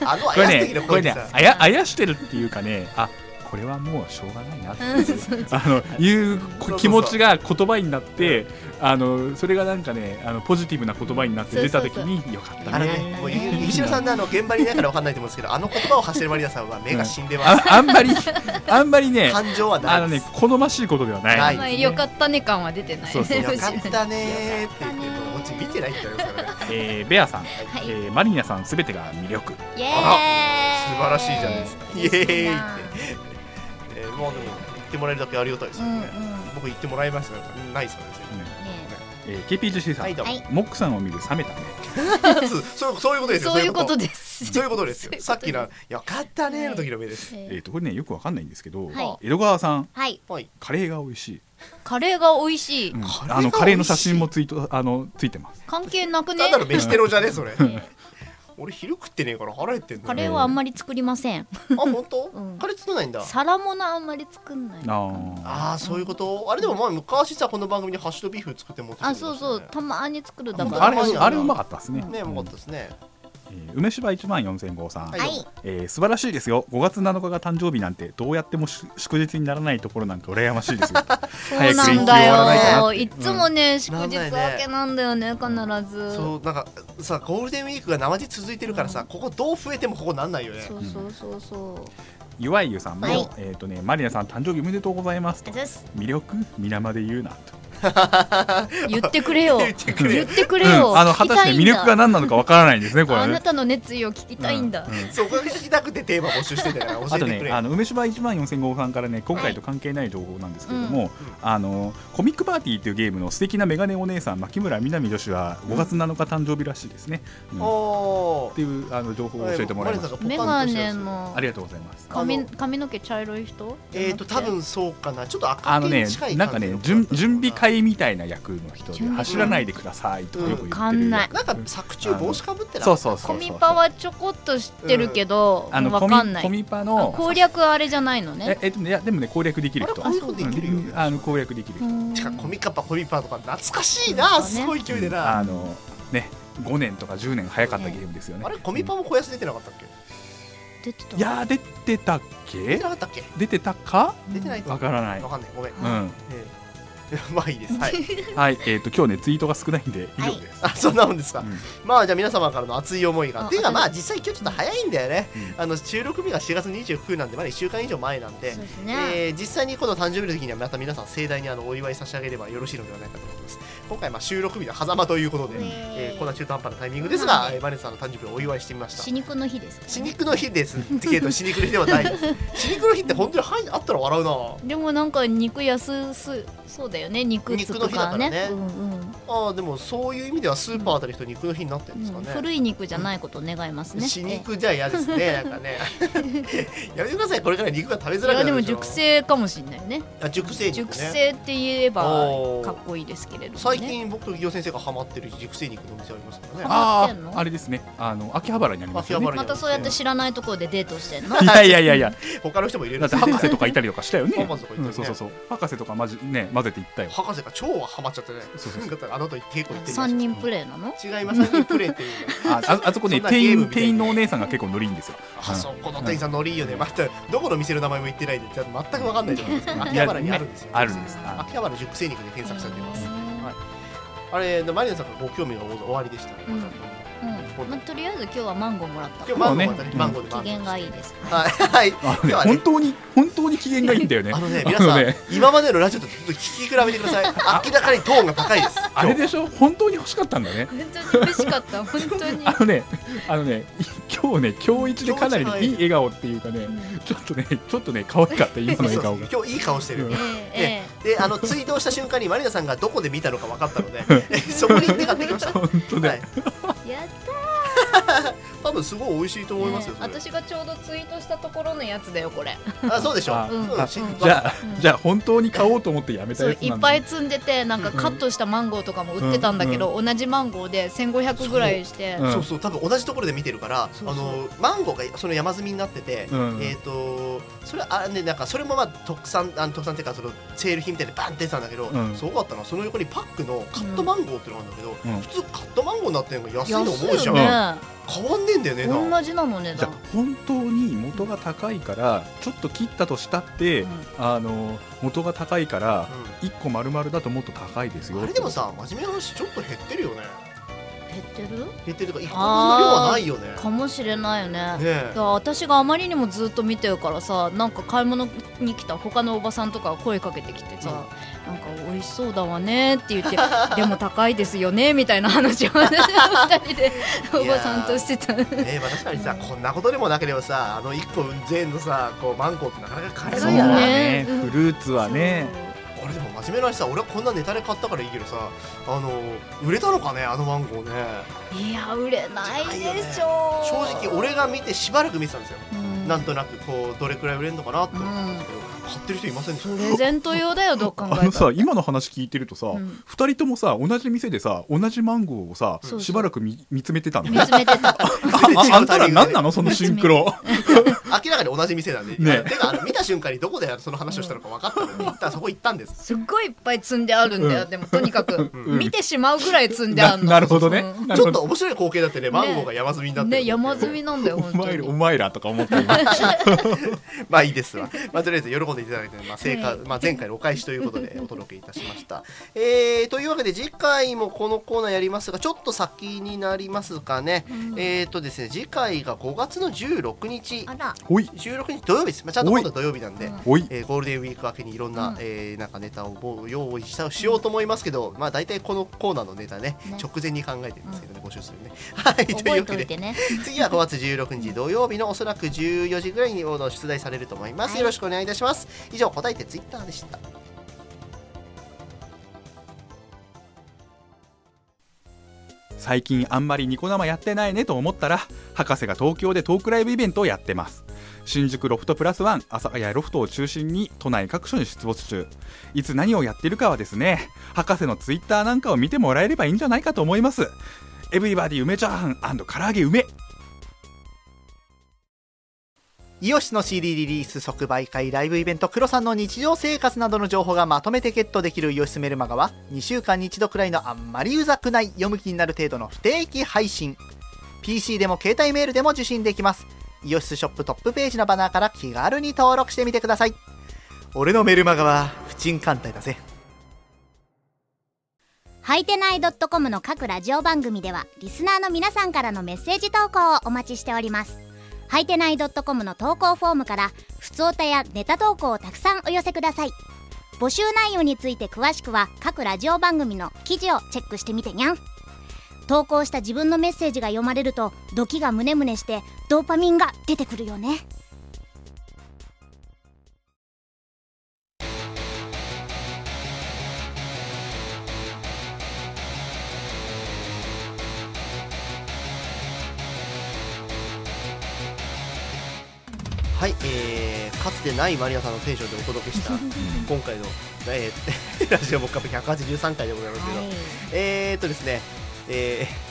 [SPEAKER 1] うんあの
[SPEAKER 3] れ
[SPEAKER 1] 怪しい
[SPEAKER 3] ね
[SPEAKER 1] の
[SPEAKER 3] こ
[SPEAKER 1] 声
[SPEAKER 3] れ
[SPEAKER 1] で
[SPEAKER 3] ね
[SPEAKER 1] さ
[SPEAKER 3] あやあやしてるっていうかねあこれはもうしょうがないなっ ていうあのいう
[SPEAKER 1] そうそう
[SPEAKER 3] 気持ちが言葉になってあのそれがなんかねあのポジティブな言葉になって出た時によかっ
[SPEAKER 1] あ
[SPEAKER 3] た
[SPEAKER 1] の
[SPEAKER 3] ね
[SPEAKER 1] ね、もう
[SPEAKER 2] ね
[SPEAKER 1] ゆ石野さんのあの現場にいながらわかんないと思うんですけど、あの言葉を発してるマリナさんは目が死んでます。
[SPEAKER 3] ああんま りあんまりね
[SPEAKER 1] 感情は
[SPEAKER 3] あ
[SPEAKER 1] な
[SPEAKER 3] の
[SPEAKER 1] いで
[SPEAKER 3] ね
[SPEAKER 1] す。
[SPEAKER 3] 好ましいことではない、
[SPEAKER 1] ない
[SPEAKER 2] まあよかったね感は出てない
[SPEAKER 3] そ うそう
[SPEAKER 1] よかったねーって言ってると、こっち見てないって言われますからね。
[SPEAKER 3] えーベアさん、
[SPEAKER 2] はい
[SPEAKER 3] えーマリニャさんすべてが魅力
[SPEAKER 2] イエーイ
[SPEAKER 1] あ素晴らしいじゃないですかイエーイって
[SPEAKER 2] 嬉しいな
[SPEAKER 1] えー、もうでも言ってもらえるだけありがたいです
[SPEAKER 2] う
[SPEAKER 1] よ
[SPEAKER 2] んうん
[SPEAKER 1] ね。僕言ってもらいましたから、ないですからね。
[SPEAKER 2] ね
[SPEAKER 3] えー KPGC さん、
[SPEAKER 1] はいどうもはい
[SPEAKER 3] モックさんを見る冷めたね
[SPEAKER 1] そうそうそういうことですよ。
[SPEAKER 2] そういうこと。です
[SPEAKER 1] そういうことですよ。さっきの
[SPEAKER 2] は
[SPEAKER 1] よかったねーの時の目です。
[SPEAKER 3] えー、とこれねよくわかんないんですけど、
[SPEAKER 2] は
[SPEAKER 3] 江戸川さん
[SPEAKER 2] はい
[SPEAKER 1] はい。
[SPEAKER 3] カレーが美味しい、
[SPEAKER 2] カレーが美味しい
[SPEAKER 3] うん
[SPEAKER 1] カレーが
[SPEAKER 3] あのカレーの写真もツイートあのついてます
[SPEAKER 2] 関係なくね
[SPEAKER 1] ただの飯テロじゃねそれ。 俺昼食ってねえから腹減ってんの。
[SPEAKER 2] カレーはあんまり作りません
[SPEAKER 1] あ本当
[SPEAKER 2] うん？
[SPEAKER 1] カレー作らないんだ。
[SPEAKER 2] 皿物あんまり作んない
[SPEAKER 3] あー
[SPEAKER 1] ああそういうこと、あれでもまあ昔さこの番組にハッシュドビーフ作って持ってきて
[SPEAKER 2] あ
[SPEAKER 1] ました
[SPEAKER 2] そ
[SPEAKER 1] よ
[SPEAKER 2] う
[SPEAKER 1] ね
[SPEAKER 2] そうたまに作るだ
[SPEAKER 1] あ
[SPEAKER 2] か
[SPEAKER 1] 本当
[SPEAKER 2] ら
[SPEAKER 3] あれ
[SPEAKER 1] 美味しいよ
[SPEAKER 3] あれうまかったですね
[SPEAKER 1] ねうまかったですね、
[SPEAKER 3] えー梅芝1万4000号さん、
[SPEAKER 1] はい
[SPEAKER 4] はい
[SPEAKER 3] えー素晴らしいですよ5月7日が誕生日なんてどうやってもし祝日にならないところなんか羨まし いですよ
[SPEAKER 2] そう
[SPEAKER 3] 早く
[SPEAKER 2] な
[SPEAKER 3] 連休
[SPEAKER 2] ん
[SPEAKER 3] 終わらない
[SPEAKER 2] だ
[SPEAKER 3] かな
[SPEAKER 2] よ
[SPEAKER 3] って
[SPEAKER 2] いっつもね、祝
[SPEAKER 1] なん
[SPEAKER 2] 日
[SPEAKER 1] だよ
[SPEAKER 2] 明
[SPEAKER 1] ね
[SPEAKER 2] けなんだよね必ずそう
[SPEAKER 1] そうなんかさゴールデンウィークが生地続いてるからさ、ここどう増えてもここなんないよね
[SPEAKER 2] そうそうそうそう
[SPEAKER 3] 岩井湯さんも、
[SPEAKER 4] はい
[SPEAKER 3] えーとね、マリナさん誕生日おめでとうございますと魅力皆まで言うなと、
[SPEAKER 2] 言ってくれよ
[SPEAKER 1] 言ってくれよ
[SPEAKER 2] 言ってくれ
[SPEAKER 3] う
[SPEAKER 2] よ
[SPEAKER 3] んあの
[SPEAKER 2] 聞
[SPEAKER 3] 果
[SPEAKER 2] き
[SPEAKER 3] たしたて
[SPEAKER 2] いん
[SPEAKER 3] 魅力が何なのかわからないんですねこれ
[SPEAKER 2] あ
[SPEAKER 3] は
[SPEAKER 2] な
[SPEAKER 3] ね
[SPEAKER 2] たの熱意を聞きたいんだ、
[SPEAKER 3] うんうん
[SPEAKER 1] そこが聞きたくてテーマ募集してたから教
[SPEAKER 3] あ
[SPEAKER 1] えてく
[SPEAKER 3] と
[SPEAKER 1] れ
[SPEAKER 3] ね、あの梅芝1万4000号さんからね、今回と関係ない情報なんですけれども、あのコミックパーティーというゲームの素敵なメガネお姉さん、牧村みなみ女子は5月7日誕生日らしいですね。うんっ
[SPEAKER 1] お
[SPEAKER 3] ていうあの情報を教えてもらいました。
[SPEAKER 1] た
[SPEAKER 2] メガネの
[SPEAKER 3] ありがとうございます。
[SPEAKER 2] 髪髪の毛茶色い人
[SPEAKER 1] えっ、ー、と多分そうかなちょっと
[SPEAKER 3] あ
[SPEAKER 1] 赤
[SPEAKER 3] の
[SPEAKER 1] 系
[SPEAKER 3] ね
[SPEAKER 1] に近、い
[SPEAKER 3] なん
[SPEAKER 1] 感
[SPEAKER 3] か
[SPEAKER 1] じの
[SPEAKER 3] ね
[SPEAKER 1] 子だった
[SPEAKER 3] 準
[SPEAKER 1] のか
[SPEAKER 3] 準備会みたいな役の人で
[SPEAKER 2] 準備
[SPEAKER 3] 走らないでくださいとよく言
[SPEAKER 2] わ
[SPEAKER 3] っ
[SPEAKER 2] か
[SPEAKER 3] て
[SPEAKER 2] ん
[SPEAKER 3] る。
[SPEAKER 2] ない
[SPEAKER 1] なんか作中帽子かぶってな
[SPEAKER 3] そう
[SPEAKER 1] う
[SPEAKER 3] そうそうそ
[SPEAKER 2] コ
[SPEAKER 3] う。
[SPEAKER 2] ミパはちょこっと知ってるけど、
[SPEAKER 3] あの
[SPEAKER 2] わ
[SPEAKER 3] コミ
[SPEAKER 2] かんな
[SPEAKER 3] コ
[SPEAKER 2] い
[SPEAKER 3] ミパ
[SPEAKER 2] あ
[SPEAKER 3] の
[SPEAKER 2] 攻略あれじゃないのね
[SPEAKER 3] ええっとねいやでもね攻略できる人。
[SPEAKER 1] あれ攻略できるよ
[SPEAKER 3] うんあの攻略できる人。
[SPEAKER 1] しかもコミカッパコミパーとか懐かしいな、
[SPEAKER 2] うん
[SPEAKER 1] すごい勢いでな、
[SPEAKER 3] あのね5年とか10年早かったゲームですよね。
[SPEAKER 1] あれコミパも小安出てなかったっけ
[SPEAKER 2] 出てた
[SPEAKER 3] いやー出てたっ
[SPEAKER 1] 出
[SPEAKER 3] け
[SPEAKER 1] てなかったっけ
[SPEAKER 3] 出てたか
[SPEAKER 1] 出てないか
[SPEAKER 3] わからない
[SPEAKER 1] わ。かんないごめん、
[SPEAKER 3] うん、はい、
[SPEAKER 1] ええ まあいいです。 はい。
[SPEAKER 3] えっ、と今日ねツイートが少ないんで以上です。
[SPEAKER 1] あそんなもんですか。
[SPEAKER 3] うん
[SPEAKER 1] まあじゃあ皆様からの熱い思いが。
[SPEAKER 2] あ
[SPEAKER 1] っていうか
[SPEAKER 2] あ
[SPEAKER 1] まあ実際今日ちょっと早いんだよね。
[SPEAKER 3] うん
[SPEAKER 1] あの収録日が4月29なんでまだ1週間以上前なんで
[SPEAKER 2] そう。ですね、
[SPEAKER 1] えー実際にこの誕生日の時にはまた皆さん盛大にあのお祝い差し上げればよろしいのではないかと思います今回まあ収録日の狭間ということで、
[SPEAKER 3] うん
[SPEAKER 1] えーこんな中途半端なタイミングですが、えーマネさんの誕生日をお祝いしてみました
[SPEAKER 2] 死肉の日ですか、ね、
[SPEAKER 1] 死肉の日ですけど死肉の日ではないです死 肉の日って本当にはいあったら笑うな
[SPEAKER 2] でもなんか肉安すそうだよね肉つ
[SPEAKER 1] 肉の
[SPEAKER 2] くからね
[SPEAKER 1] 日だからね
[SPEAKER 2] うんうん、
[SPEAKER 1] ああでもそういう意味ではスーパーあたりと肉の日になってるんですかね、
[SPEAKER 2] 古い肉じゃないことを願いますね。
[SPEAKER 1] 死肉じゃ嫌ですね、なんかね。 やめてください、これから肉が食べ
[SPEAKER 2] ええ
[SPEAKER 1] づ
[SPEAKER 2] い
[SPEAKER 1] らくな
[SPEAKER 2] や
[SPEAKER 1] る
[SPEAKER 2] でも
[SPEAKER 1] しょ
[SPEAKER 2] 熟。成かもしれないね。
[SPEAKER 1] あ、熟成肉ね。
[SPEAKER 2] 熟成って言えば
[SPEAKER 1] おー
[SPEAKER 2] かっこいいですけれどもね。
[SPEAKER 1] 最近僕と企業先生がハマってる熟成肉のお店ありますからね。
[SPEAKER 2] ハマっ
[SPEAKER 3] あ
[SPEAKER 2] てんの
[SPEAKER 3] ああれですねあの秋葉原にありますよ
[SPEAKER 1] 秋
[SPEAKER 3] ね
[SPEAKER 1] 葉原
[SPEAKER 2] またそうやって知らないところでデートしてんの。
[SPEAKER 3] い やいやい やいや
[SPEAKER 1] 他の人も入れるん
[SPEAKER 3] だ
[SPEAKER 1] で
[SPEAKER 3] っ
[SPEAKER 1] すよ
[SPEAKER 3] て
[SPEAKER 1] ね
[SPEAKER 3] 博士とかいたりとかしたよね
[SPEAKER 1] 博士とかいたよね
[SPEAKER 3] うんそうそうそう博士とかまじね混ぜて いったよ
[SPEAKER 1] 博士が超ハマっちゃってね。
[SPEAKER 3] そうそうそう
[SPEAKER 1] だったらあの後に稽古行ってみました
[SPEAKER 2] 三人プレイなの？
[SPEAKER 1] 違います、三人プレイっていう。
[SPEAKER 3] あああそこね
[SPEAKER 1] そんな
[SPEAKER 3] 店
[SPEAKER 1] ゲーム
[SPEAKER 3] 員
[SPEAKER 1] みたいな
[SPEAKER 3] 店員のお姉さんが結構ノリいいんですよ
[SPEAKER 1] あ、そう、この店員さんノリいいよね。また、どこの店の名前も言ってないんで、全く分かんないじゃないですか。
[SPEAKER 3] い
[SPEAKER 1] 秋
[SPEAKER 3] や
[SPEAKER 1] 葉原にあるんですよ。
[SPEAKER 3] あるんですあ
[SPEAKER 1] 秋葉原熟成肉で検索されてます。
[SPEAKER 2] うん
[SPEAKER 1] あれ、マリアさんがご興味がおありでした。
[SPEAKER 2] うんうんまあとりあえず今日はマンゴーもらった
[SPEAKER 1] 今日。マンゴー
[SPEAKER 3] まあ
[SPEAKER 1] 渡
[SPEAKER 3] ね
[SPEAKER 1] りマンゴーでマンゴー
[SPEAKER 2] 機嫌がいいです。
[SPEAKER 1] はい、
[SPEAKER 3] あ
[SPEAKER 1] はい、
[SPEAKER 3] のね
[SPEAKER 1] では
[SPEAKER 3] 本
[SPEAKER 1] ね、
[SPEAKER 3] 当に本当に機嫌がいいんだよ ね
[SPEAKER 1] あのね、皆さ
[SPEAKER 3] あ
[SPEAKER 1] ん、
[SPEAKER 3] のね
[SPEAKER 1] 今までのラジオとちょっと聞き比べてくだ さい。明らかにトーンが高いです。
[SPEAKER 3] あれでしょ本当に欲しかったんだね
[SPEAKER 2] 本当に嬉しかった。本当に
[SPEAKER 3] あ。のね、あのね、今日ね、今日一でかなりね
[SPEAKER 1] 今日一はい
[SPEAKER 3] いい笑顔っていうかね、ちょっとね、ちょっとね、可愛かった、今の
[SPEAKER 1] 今日
[SPEAKER 3] 笑
[SPEAKER 1] そうそ
[SPEAKER 3] 顔
[SPEAKER 1] う
[SPEAKER 3] が。
[SPEAKER 1] 今日いい顔してる
[SPEAKER 3] う。
[SPEAKER 2] ええ
[SPEAKER 1] で、 あのツイートをした瞬間にマリナさんがどこで見たのか分かったので、 そこに手が出きました。
[SPEAKER 3] 本当
[SPEAKER 1] は
[SPEAKER 3] ね
[SPEAKER 1] い、、
[SPEAKER 2] ええやっ
[SPEAKER 1] 多分すごい美味しいと思いますよ。それ
[SPEAKER 2] 私がちょうどツイートしたところのやつだよこれ。
[SPEAKER 1] あ、そうでしょ
[SPEAKER 3] あ
[SPEAKER 1] う
[SPEAKER 2] うん
[SPEAKER 1] んし
[SPEAKER 2] うん
[SPEAKER 3] じゃあ、
[SPEAKER 2] うん
[SPEAKER 3] じゃあ本当に買おうと思ってやめた
[SPEAKER 2] そう
[SPEAKER 3] やつ
[SPEAKER 2] い
[SPEAKER 3] な
[SPEAKER 2] っ
[SPEAKER 3] ん
[SPEAKER 2] ぱ
[SPEAKER 3] だ、
[SPEAKER 2] い積んでてなんかカットしたマンゴーとかも売ってたんだけど、同じマンゴーで1500ぐらいして
[SPEAKER 3] うん
[SPEAKER 1] そうそう、多分同じところで見てるから、
[SPEAKER 2] そうそう
[SPEAKER 1] あのマンゴーがその山積みになってて、
[SPEAKER 3] うん
[SPEAKER 1] えっ、とそれあねなんかそれもまあ特産あの特産っていうかそのセール品みたいでバンって出てたんだけど、
[SPEAKER 3] うん
[SPEAKER 1] すごかったのはその横にパックのカットマンゴーっていうのがあるんだけど、
[SPEAKER 3] うん
[SPEAKER 1] 普通カットマンゴーになってるのが安いの
[SPEAKER 2] 安
[SPEAKER 1] 思う
[SPEAKER 2] い
[SPEAKER 1] じゃ
[SPEAKER 2] よ
[SPEAKER 1] ん、
[SPEAKER 3] ね
[SPEAKER 2] ね
[SPEAKER 1] 変わんねえんだよねな
[SPEAKER 2] 同じなの値
[SPEAKER 3] じゃあ
[SPEAKER 2] 段
[SPEAKER 3] 本当に元が高いからちょっと切ったとしたって、
[SPEAKER 2] うん
[SPEAKER 3] あの元が高いから一個丸々だともっと高いです
[SPEAKER 1] う
[SPEAKER 3] よ
[SPEAKER 1] んあれでもさ真面目な話ちょっと減ってるよね
[SPEAKER 2] 減ってる
[SPEAKER 1] 減ってるとか一個分の量はないよね
[SPEAKER 2] かもしれないよね
[SPEAKER 1] ねえ
[SPEAKER 2] だから私があまりにもずっと見てるからさなんか買い物に来た他のおばさんとかが声かけてきてさ、なんか美味しそうだわねって言ってでも高いですよねみたいな話を二人でおばさんとしてた
[SPEAKER 1] ねえまあ確かにさ、こんなことでもなければさあの1個うんぜんのさこうマンゴーってなかなか買え
[SPEAKER 3] そ
[SPEAKER 1] な
[SPEAKER 3] う
[SPEAKER 1] いや
[SPEAKER 3] だ
[SPEAKER 1] な、
[SPEAKER 3] ね
[SPEAKER 2] そうねうん
[SPEAKER 3] フルーツはね
[SPEAKER 1] 俺でも真面目な話さ俺はこんなネタで買ったからいいけどさあの売れたのかねあのマンゴーね
[SPEAKER 2] いや売れないでしょ
[SPEAKER 1] 正直俺が見てしばらく見てたんですよ、
[SPEAKER 2] うん
[SPEAKER 1] なんとなくこうどれくらい売れるのかなって思ってたけど、買ってる人いませんでし
[SPEAKER 2] プレゼント用だよどう考えた
[SPEAKER 3] あ
[SPEAKER 2] ら
[SPEAKER 3] のさ今の話聞いてるとさ、
[SPEAKER 2] う
[SPEAKER 3] 二
[SPEAKER 2] ん
[SPEAKER 3] 人ともさ同じ店でさ同じマンゴーをさ
[SPEAKER 2] そうそう
[SPEAKER 3] しばらく見見つめてたんだ
[SPEAKER 2] 見つめてた
[SPEAKER 3] あああんたら何
[SPEAKER 1] の
[SPEAKER 3] なのそのシンクロ
[SPEAKER 1] 明らかに同じ店なんで、
[SPEAKER 3] ね
[SPEAKER 1] てかあの見た瞬間にどこでその話をしたのか分かったので一旦そこ行ったんです
[SPEAKER 2] すっごいいっぱい積んであるんだよ、
[SPEAKER 3] うん
[SPEAKER 2] でもとにかく、
[SPEAKER 1] うん
[SPEAKER 2] 見てしまうぐらい積んであ
[SPEAKER 3] な
[SPEAKER 2] るの
[SPEAKER 3] なるほどね
[SPEAKER 2] うん
[SPEAKER 3] な
[SPEAKER 1] ちょ
[SPEAKER 3] るほ
[SPEAKER 1] っと
[SPEAKER 3] ど
[SPEAKER 1] 面白い光景だってねマンゴーが山積みになってる
[SPEAKER 2] ね山積みなんだよ
[SPEAKER 3] お
[SPEAKER 2] 本当
[SPEAKER 3] 前らお
[SPEAKER 2] に
[SPEAKER 3] 前らとか思って今
[SPEAKER 1] まあいいですわ、まあ、とりあえず喜んでいただいて、まあ成果
[SPEAKER 2] はい
[SPEAKER 1] まあ、前回のお返しということ でお届けいたしました。えーというわけで次回もこのコーナーやりますがちょっと先になりますかね、
[SPEAKER 2] うん
[SPEAKER 1] えーとですね次回が5月の16日
[SPEAKER 2] あら
[SPEAKER 3] おい
[SPEAKER 1] 16日土曜日です、まあ、ちゃんと今度は土曜日なんで
[SPEAKER 2] おいうん。
[SPEAKER 3] おい
[SPEAKER 1] えーゴールデンウィーク明けにいろんな,、
[SPEAKER 2] うん
[SPEAKER 1] えーなんかネタをもう用意したしようと思いますけど、まあ大体このコーナーのネタね
[SPEAKER 2] ね
[SPEAKER 1] 直前に考えてるんですけどね、募集するね。はい、と
[SPEAKER 2] 覚
[SPEAKER 1] いう
[SPEAKER 2] え
[SPEAKER 1] わけ
[SPEAKER 2] とい
[SPEAKER 1] で
[SPEAKER 2] てね
[SPEAKER 1] 次は5月16日土曜日のおそらく14時ぐらいにあの出題されると思います、
[SPEAKER 2] はい
[SPEAKER 1] よろしくお願いいたします以上答えてツイッターでした
[SPEAKER 3] 最近あんまりニコ生やってないねと思ったら博士が東京でトークライブイベントをやってます新宿ロフトプラスワン朝やロフトを中心に都内各所に出没中いつ何をやってるかはですね博士のツイッターなんかを見てもらえればいいんじゃないかと思いますエブリバディ梅チャーハン唐揚げ梅
[SPEAKER 6] イオシスの CD リリース即売会ライブイベントクロさんの日常生活などの情報がまとめてゲットできるイオシスメルマガは2週間に1度くらいのあんまりうざくない読む気になる程度の不定期配信 PC でも携帯メールでも受信できますイオシスショップトップページのバナーから気軽に登録してみてください俺のメルマガは不沈艦隊だぜ
[SPEAKER 4] はいてない .com の各ラジオ番組ではリスナーの皆さんからのメッセージ投稿をお待ちしておりますはいてない .com の投稿フォームからふつおたやネタ投稿をたくさんお寄せください募集内容について詳しくは各ラジオ番組の記事をチェックしてみてにゃん投稿した自分のメッセージが読まれるとドキがムネムネしてドーパミンが出てくるよね
[SPEAKER 1] はい、えー、かつてないマリナさんのテンションでお届けした今回の、えー、 ラジオもっかぶ183回でございますけど、えーっとですね、えー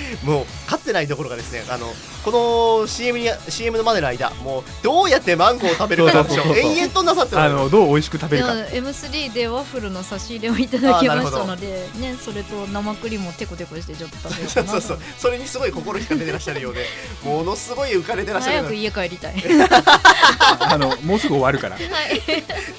[SPEAKER 1] もうかつてないところがですねあのこの CM, に CM のまでの間もうどうやってマンゴーを食べるかの話
[SPEAKER 3] そうそ
[SPEAKER 1] を
[SPEAKER 3] うそうそう
[SPEAKER 1] 延々となさってる
[SPEAKER 3] あのどう美味しく食べ
[SPEAKER 2] で
[SPEAKER 3] る
[SPEAKER 2] も
[SPEAKER 3] か
[SPEAKER 2] M3 でワッフルの差し入れをいただき
[SPEAKER 1] あーな
[SPEAKER 2] ま
[SPEAKER 1] るほ
[SPEAKER 2] し
[SPEAKER 1] ど
[SPEAKER 2] たので、ね、それと生クリームをテコテコしてちょっと食べ よう
[SPEAKER 1] そ
[SPEAKER 2] か
[SPEAKER 1] う
[SPEAKER 2] な
[SPEAKER 1] そうそうそれにすごい心惹かれてらっしゃるようでものすごい浮かれてらっしゃ
[SPEAKER 2] 早
[SPEAKER 1] る
[SPEAKER 2] く家帰り たい
[SPEAKER 3] あのもうすぐ終わるから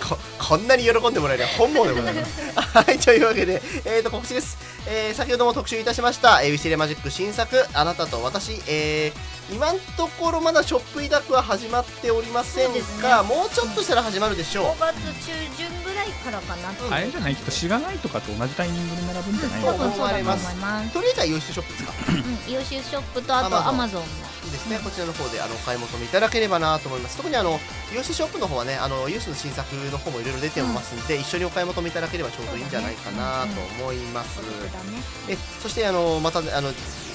[SPEAKER 1] ここんなに喜んでもらえる本望でござい ます。はいというわけで、えー、と告知です、えー先ほども特集いたしました、えーウィスレマジック新作「あなたと私」えー今のところまだショップ委託は始まっておりませんが、もうちょっとしたら始まるでしょ
[SPEAKER 7] 5月中旬ぐらいからかな
[SPEAKER 1] う、うん
[SPEAKER 3] あれじゃないきっとしがないとかと同じタイミングで並ぶんじゃない
[SPEAKER 1] 多
[SPEAKER 7] 多
[SPEAKER 1] 分
[SPEAKER 7] 分
[SPEAKER 1] そ
[SPEAKER 7] そううだと
[SPEAKER 1] だと思
[SPEAKER 7] 思
[SPEAKER 1] い
[SPEAKER 7] い
[SPEAKER 1] ま
[SPEAKER 7] ますす、
[SPEAKER 1] とりあえずは輸出ショップですか
[SPEAKER 7] うん、イオシスショップとあと
[SPEAKER 1] Amazon
[SPEAKER 7] アマゾンも
[SPEAKER 1] ですね、こちらの方であのお買い求めいただければなと思います特にあのユースショップの方はねあのユースの新作の方もいろいろ出てますんで、一緒にお買い求めいただければちょうどいいんじゃないかなと思います、
[SPEAKER 7] お得だね
[SPEAKER 1] えそしてあのまたねあの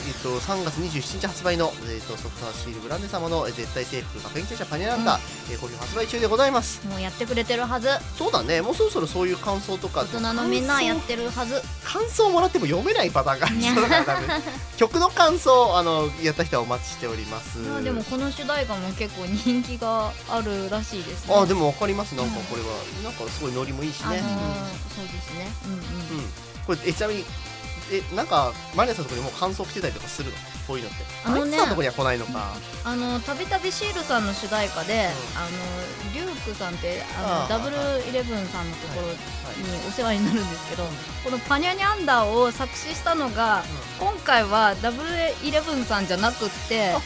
[SPEAKER 1] えっと3月27日発売のえっとソフトシールブランデ様のえ絶対制服学園記者パニランダ、え好評発売中でございます。
[SPEAKER 7] もうやってくれてるはず
[SPEAKER 1] そうだね、もうそろそろそういう感想とか
[SPEAKER 7] 大人のみんなやってるはず
[SPEAKER 1] 感想もらっても読めないパターンがありそうだからね曲の感想あのやった人はお待ちしております。
[SPEAKER 2] まあでもこの主題歌も結構人気があるらしいですね
[SPEAKER 1] あでもわかりますなんかこれは、なんかすごいノリもいいし
[SPEAKER 7] あの
[SPEAKER 1] ね
[SPEAKER 7] ー、そうですね
[SPEAKER 2] うんうん
[SPEAKER 1] うん、これえちなみにえなんかマリアさんのところにもう感想来てたりとかするのこういうのって
[SPEAKER 2] あのね
[SPEAKER 1] いつさんのところには来ないのか、
[SPEAKER 2] あのたびたびシールさんの主題歌で、
[SPEAKER 1] うん
[SPEAKER 2] あのリュークさんって
[SPEAKER 1] あ
[SPEAKER 2] あ
[SPEAKER 1] ー
[SPEAKER 2] のダブルイレブンさんのところに
[SPEAKER 1] はい
[SPEAKER 2] お世話になるんですけど、この「パニャニャンダ」を作詞したのが、今回はダブルイレブンさんじゃなくって
[SPEAKER 1] あ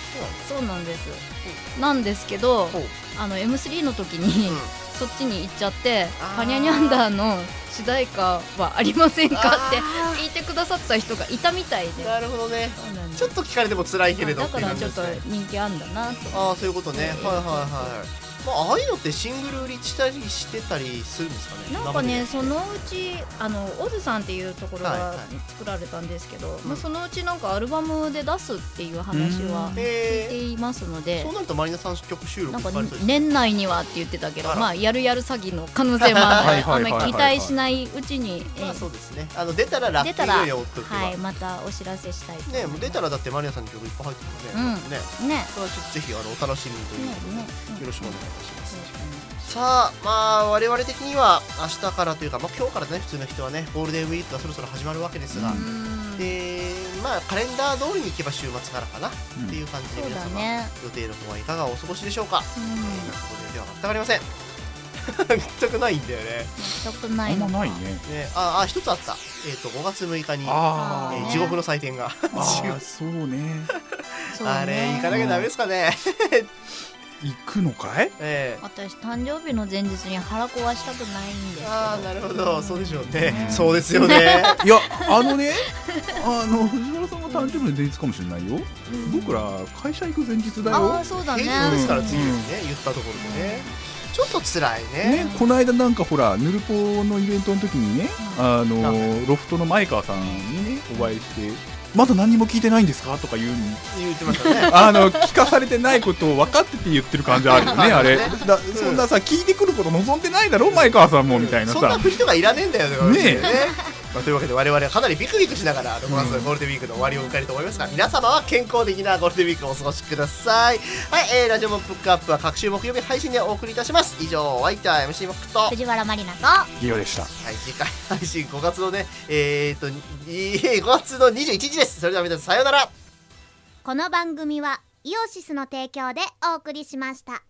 [SPEAKER 1] そうなんだ
[SPEAKER 2] そうなんです、なんですけど
[SPEAKER 1] ほう
[SPEAKER 2] あの M3 の時に、
[SPEAKER 1] うん
[SPEAKER 2] そっちに行っちゃって
[SPEAKER 1] あー
[SPEAKER 2] 「パニャニャンダ」の主題歌はありませんかって
[SPEAKER 1] あ
[SPEAKER 2] 聞いてくださった人がいたみたいで。
[SPEAKER 1] なるほどね
[SPEAKER 2] そうなんです
[SPEAKER 1] ちょっと聞かれても辛いけれど
[SPEAKER 2] だからちょっと
[SPEAKER 1] っていう感じですね
[SPEAKER 2] 人気あんだなと
[SPEAKER 1] ああそういうことねはいはいはいまあああいうのってシングル売りしたりしてたりするんですかね
[SPEAKER 2] なんかね
[SPEAKER 1] 生
[SPEAKER 2] そのうちあのオズさんっていうところ
[SPEAKER 1] はい
[SPEAKER 2] が
[SPEAKER 1] は
[SPEAKER 2] 作られたんですけど、
[SPEAKER 1] ん
[SPEAKER 2] まあ、そのうちなんかアルバムで出すっていう話は
[SPEAKER 3] う
[SPEAKER 2] 聞い
[SPEAKER 3] ん
[SPEAKER 2] て
[SPEAKER 1] でえ
[SPEAKER 2] いますの
[SPEAKER 1] ー
[SPEAKER 2] で
[SPEAKER 1] そう。なるとマリナさん曲収録
[SPEAKER 2] なんか
[SPEAKER 1] いっぱいありそうですね
[SPEAKER 2] 年内にはって言ってたけど
[SPEAKER 1] あ、ら
[SPEAKER 2] まあ、やるやる詐欺の可能性もある
[SPEAKER 3] はい
[SPEAKER 2] の
[SPEAKER 3] はい
[SPEAKER 2] で、
[SPEAKER 3] は
[SPEAKER 2] あん
[SPEAKER 3] いは
[SPEAKER 2] ま
[SPEAKER 3] い
[SPEAKER 2] り期待しないうちに、えー
[SPEAKER 1] まあそうですねあの出たらラッキ
[SPEAKER 7] 出た
[SPEAKER 1] ー
[SPEAKER 7] ら
[SPEAKER 1] よよとけば
[SPEAKER 7] はいまたお知らせしたいと思い
[SPEAKER 1] ね
[SPEAKER 7] ます
[SPEAKER 1] もう出たらだってマリナさんの曲いっぱい入ってるもんね、
[SPEAKER 2] うん
[SPEAKER 1] ね
[SPEAKER 7] ね
[SPEAKER 1] それはちょっとぜひあのお楽しみということで、
[SPEAKER 7] ねね
[SPEAKER 1] よろしくお願いいたします、さあまあ我々的には明日からというか、まあ、今日からね普通の人はねゴールデンウィークがそろそろ始まるわけですが、
[SPEAKER 2] うん
[SPEAKER 1] でまあカレンダー通りに行けば週末からかな、
[SPEAKER 3] うん
[SPEAKER 1] っていう感じで
[SPEAKER 7] そう
[SPEAKER 1] 皆
[SPEAKER 7] だ
[SPEAKER 1] 様、
[SPEAKER 7] ね
[SPEAKER 1] 予定の方はいかがお過ごしでしょうか、
[SPEAKER 7] う
[SPEAKER 1] え
[SPEAKER 7] ん
[SPEAKER 1] ーここででは全くありません 全くないんだよね
[SPEAKER 7] 全くな
[SPEAKER 3] あ
[SPEAKER 7] い
[SPEAKER 3] んま
[SPEAKER 7] の
[SPEAKER 3] ないね
[SPEAKER 1] ねああ一つあったえっ、と5月6日に、え
[SPEAKER 3] あ
[SPEAKER 1] ー
[SPEAKER 3] ー
[SPEAKER 1] 地獄の祭典が
[SPEAKER 3] あーそうね
[SPEAKER 7] そうね
[SPEAKER 1] あれ行かなきゃダメですかね、
[SPEAKER 3] 行くのかい
[SPEAKER 1] えー
[SPEAKER 7] 私誕生日の前日に腹壊したくないんです
[SPEAKER 1] ああなるほどそうでしょうね、
[SPEAKER 3] うん
[SPEAKER 1] そうですよね
[SPEAKER 3] いやあのねあの藤原さんは誕生日の前日かもしれないよ、僕ら会社行く前日だ
[SPEAKER 7] あ
[SPEAKER 3] よ
[SPEAKER 7] あそうだね
[SPEAKER 1] 平日ですから
[SPEAKER 3] うん
[SPEAKER 1] 次の日ね、言ったところでね、ちょっと辛いね
[SPEAKER 3] ね、この間なんかほらヌルポのイベントの時にね、
[SPEAKER 1] な
[SPEAKER 3] あの
[SPEAKER 1] んだ
[SPEAKER 3] ロフトの前川さんにねお会いして「まだ何も聞いてないんですか?」とか言うに
[SPEAKER 1] 言ってましたね
[SPEAKER 3] あの聞かされてないことを分かってて言ってる感じあるよねあれだ
[SPEAKER 1] ん
[SPEAKER 3] そんなさ聞いてくること望んでないだろ前川さんもみたいな
[SPEAKER 1] そんな
[SPEAKER 3] さ
[SPEAKER 1] 振りとかいらねえんだよねこの人
[SPEAKER 3] ねえ
[SPEAKER 1] まあ、というわけで我々はかなりビクビクしながらあの5月のゴールデンウィークの終わりを迎えると思いますが、皆様は健康的なゴールデンウィークをお過ごしくださいはい、えー、ラジオもブックアップは各週木曜日配信でお送りいたします以上お相手は MC モックとはい
[SPEAKER 7] 藤原まりなと
[SPEAKER 3] いよでした
[SPEAKER 1] 次回配信5月のねえー、っとに5月の21日ですそれでは皆さんさようなら
[SPEAKER 7] この番組はイオシスの提供でお送りしました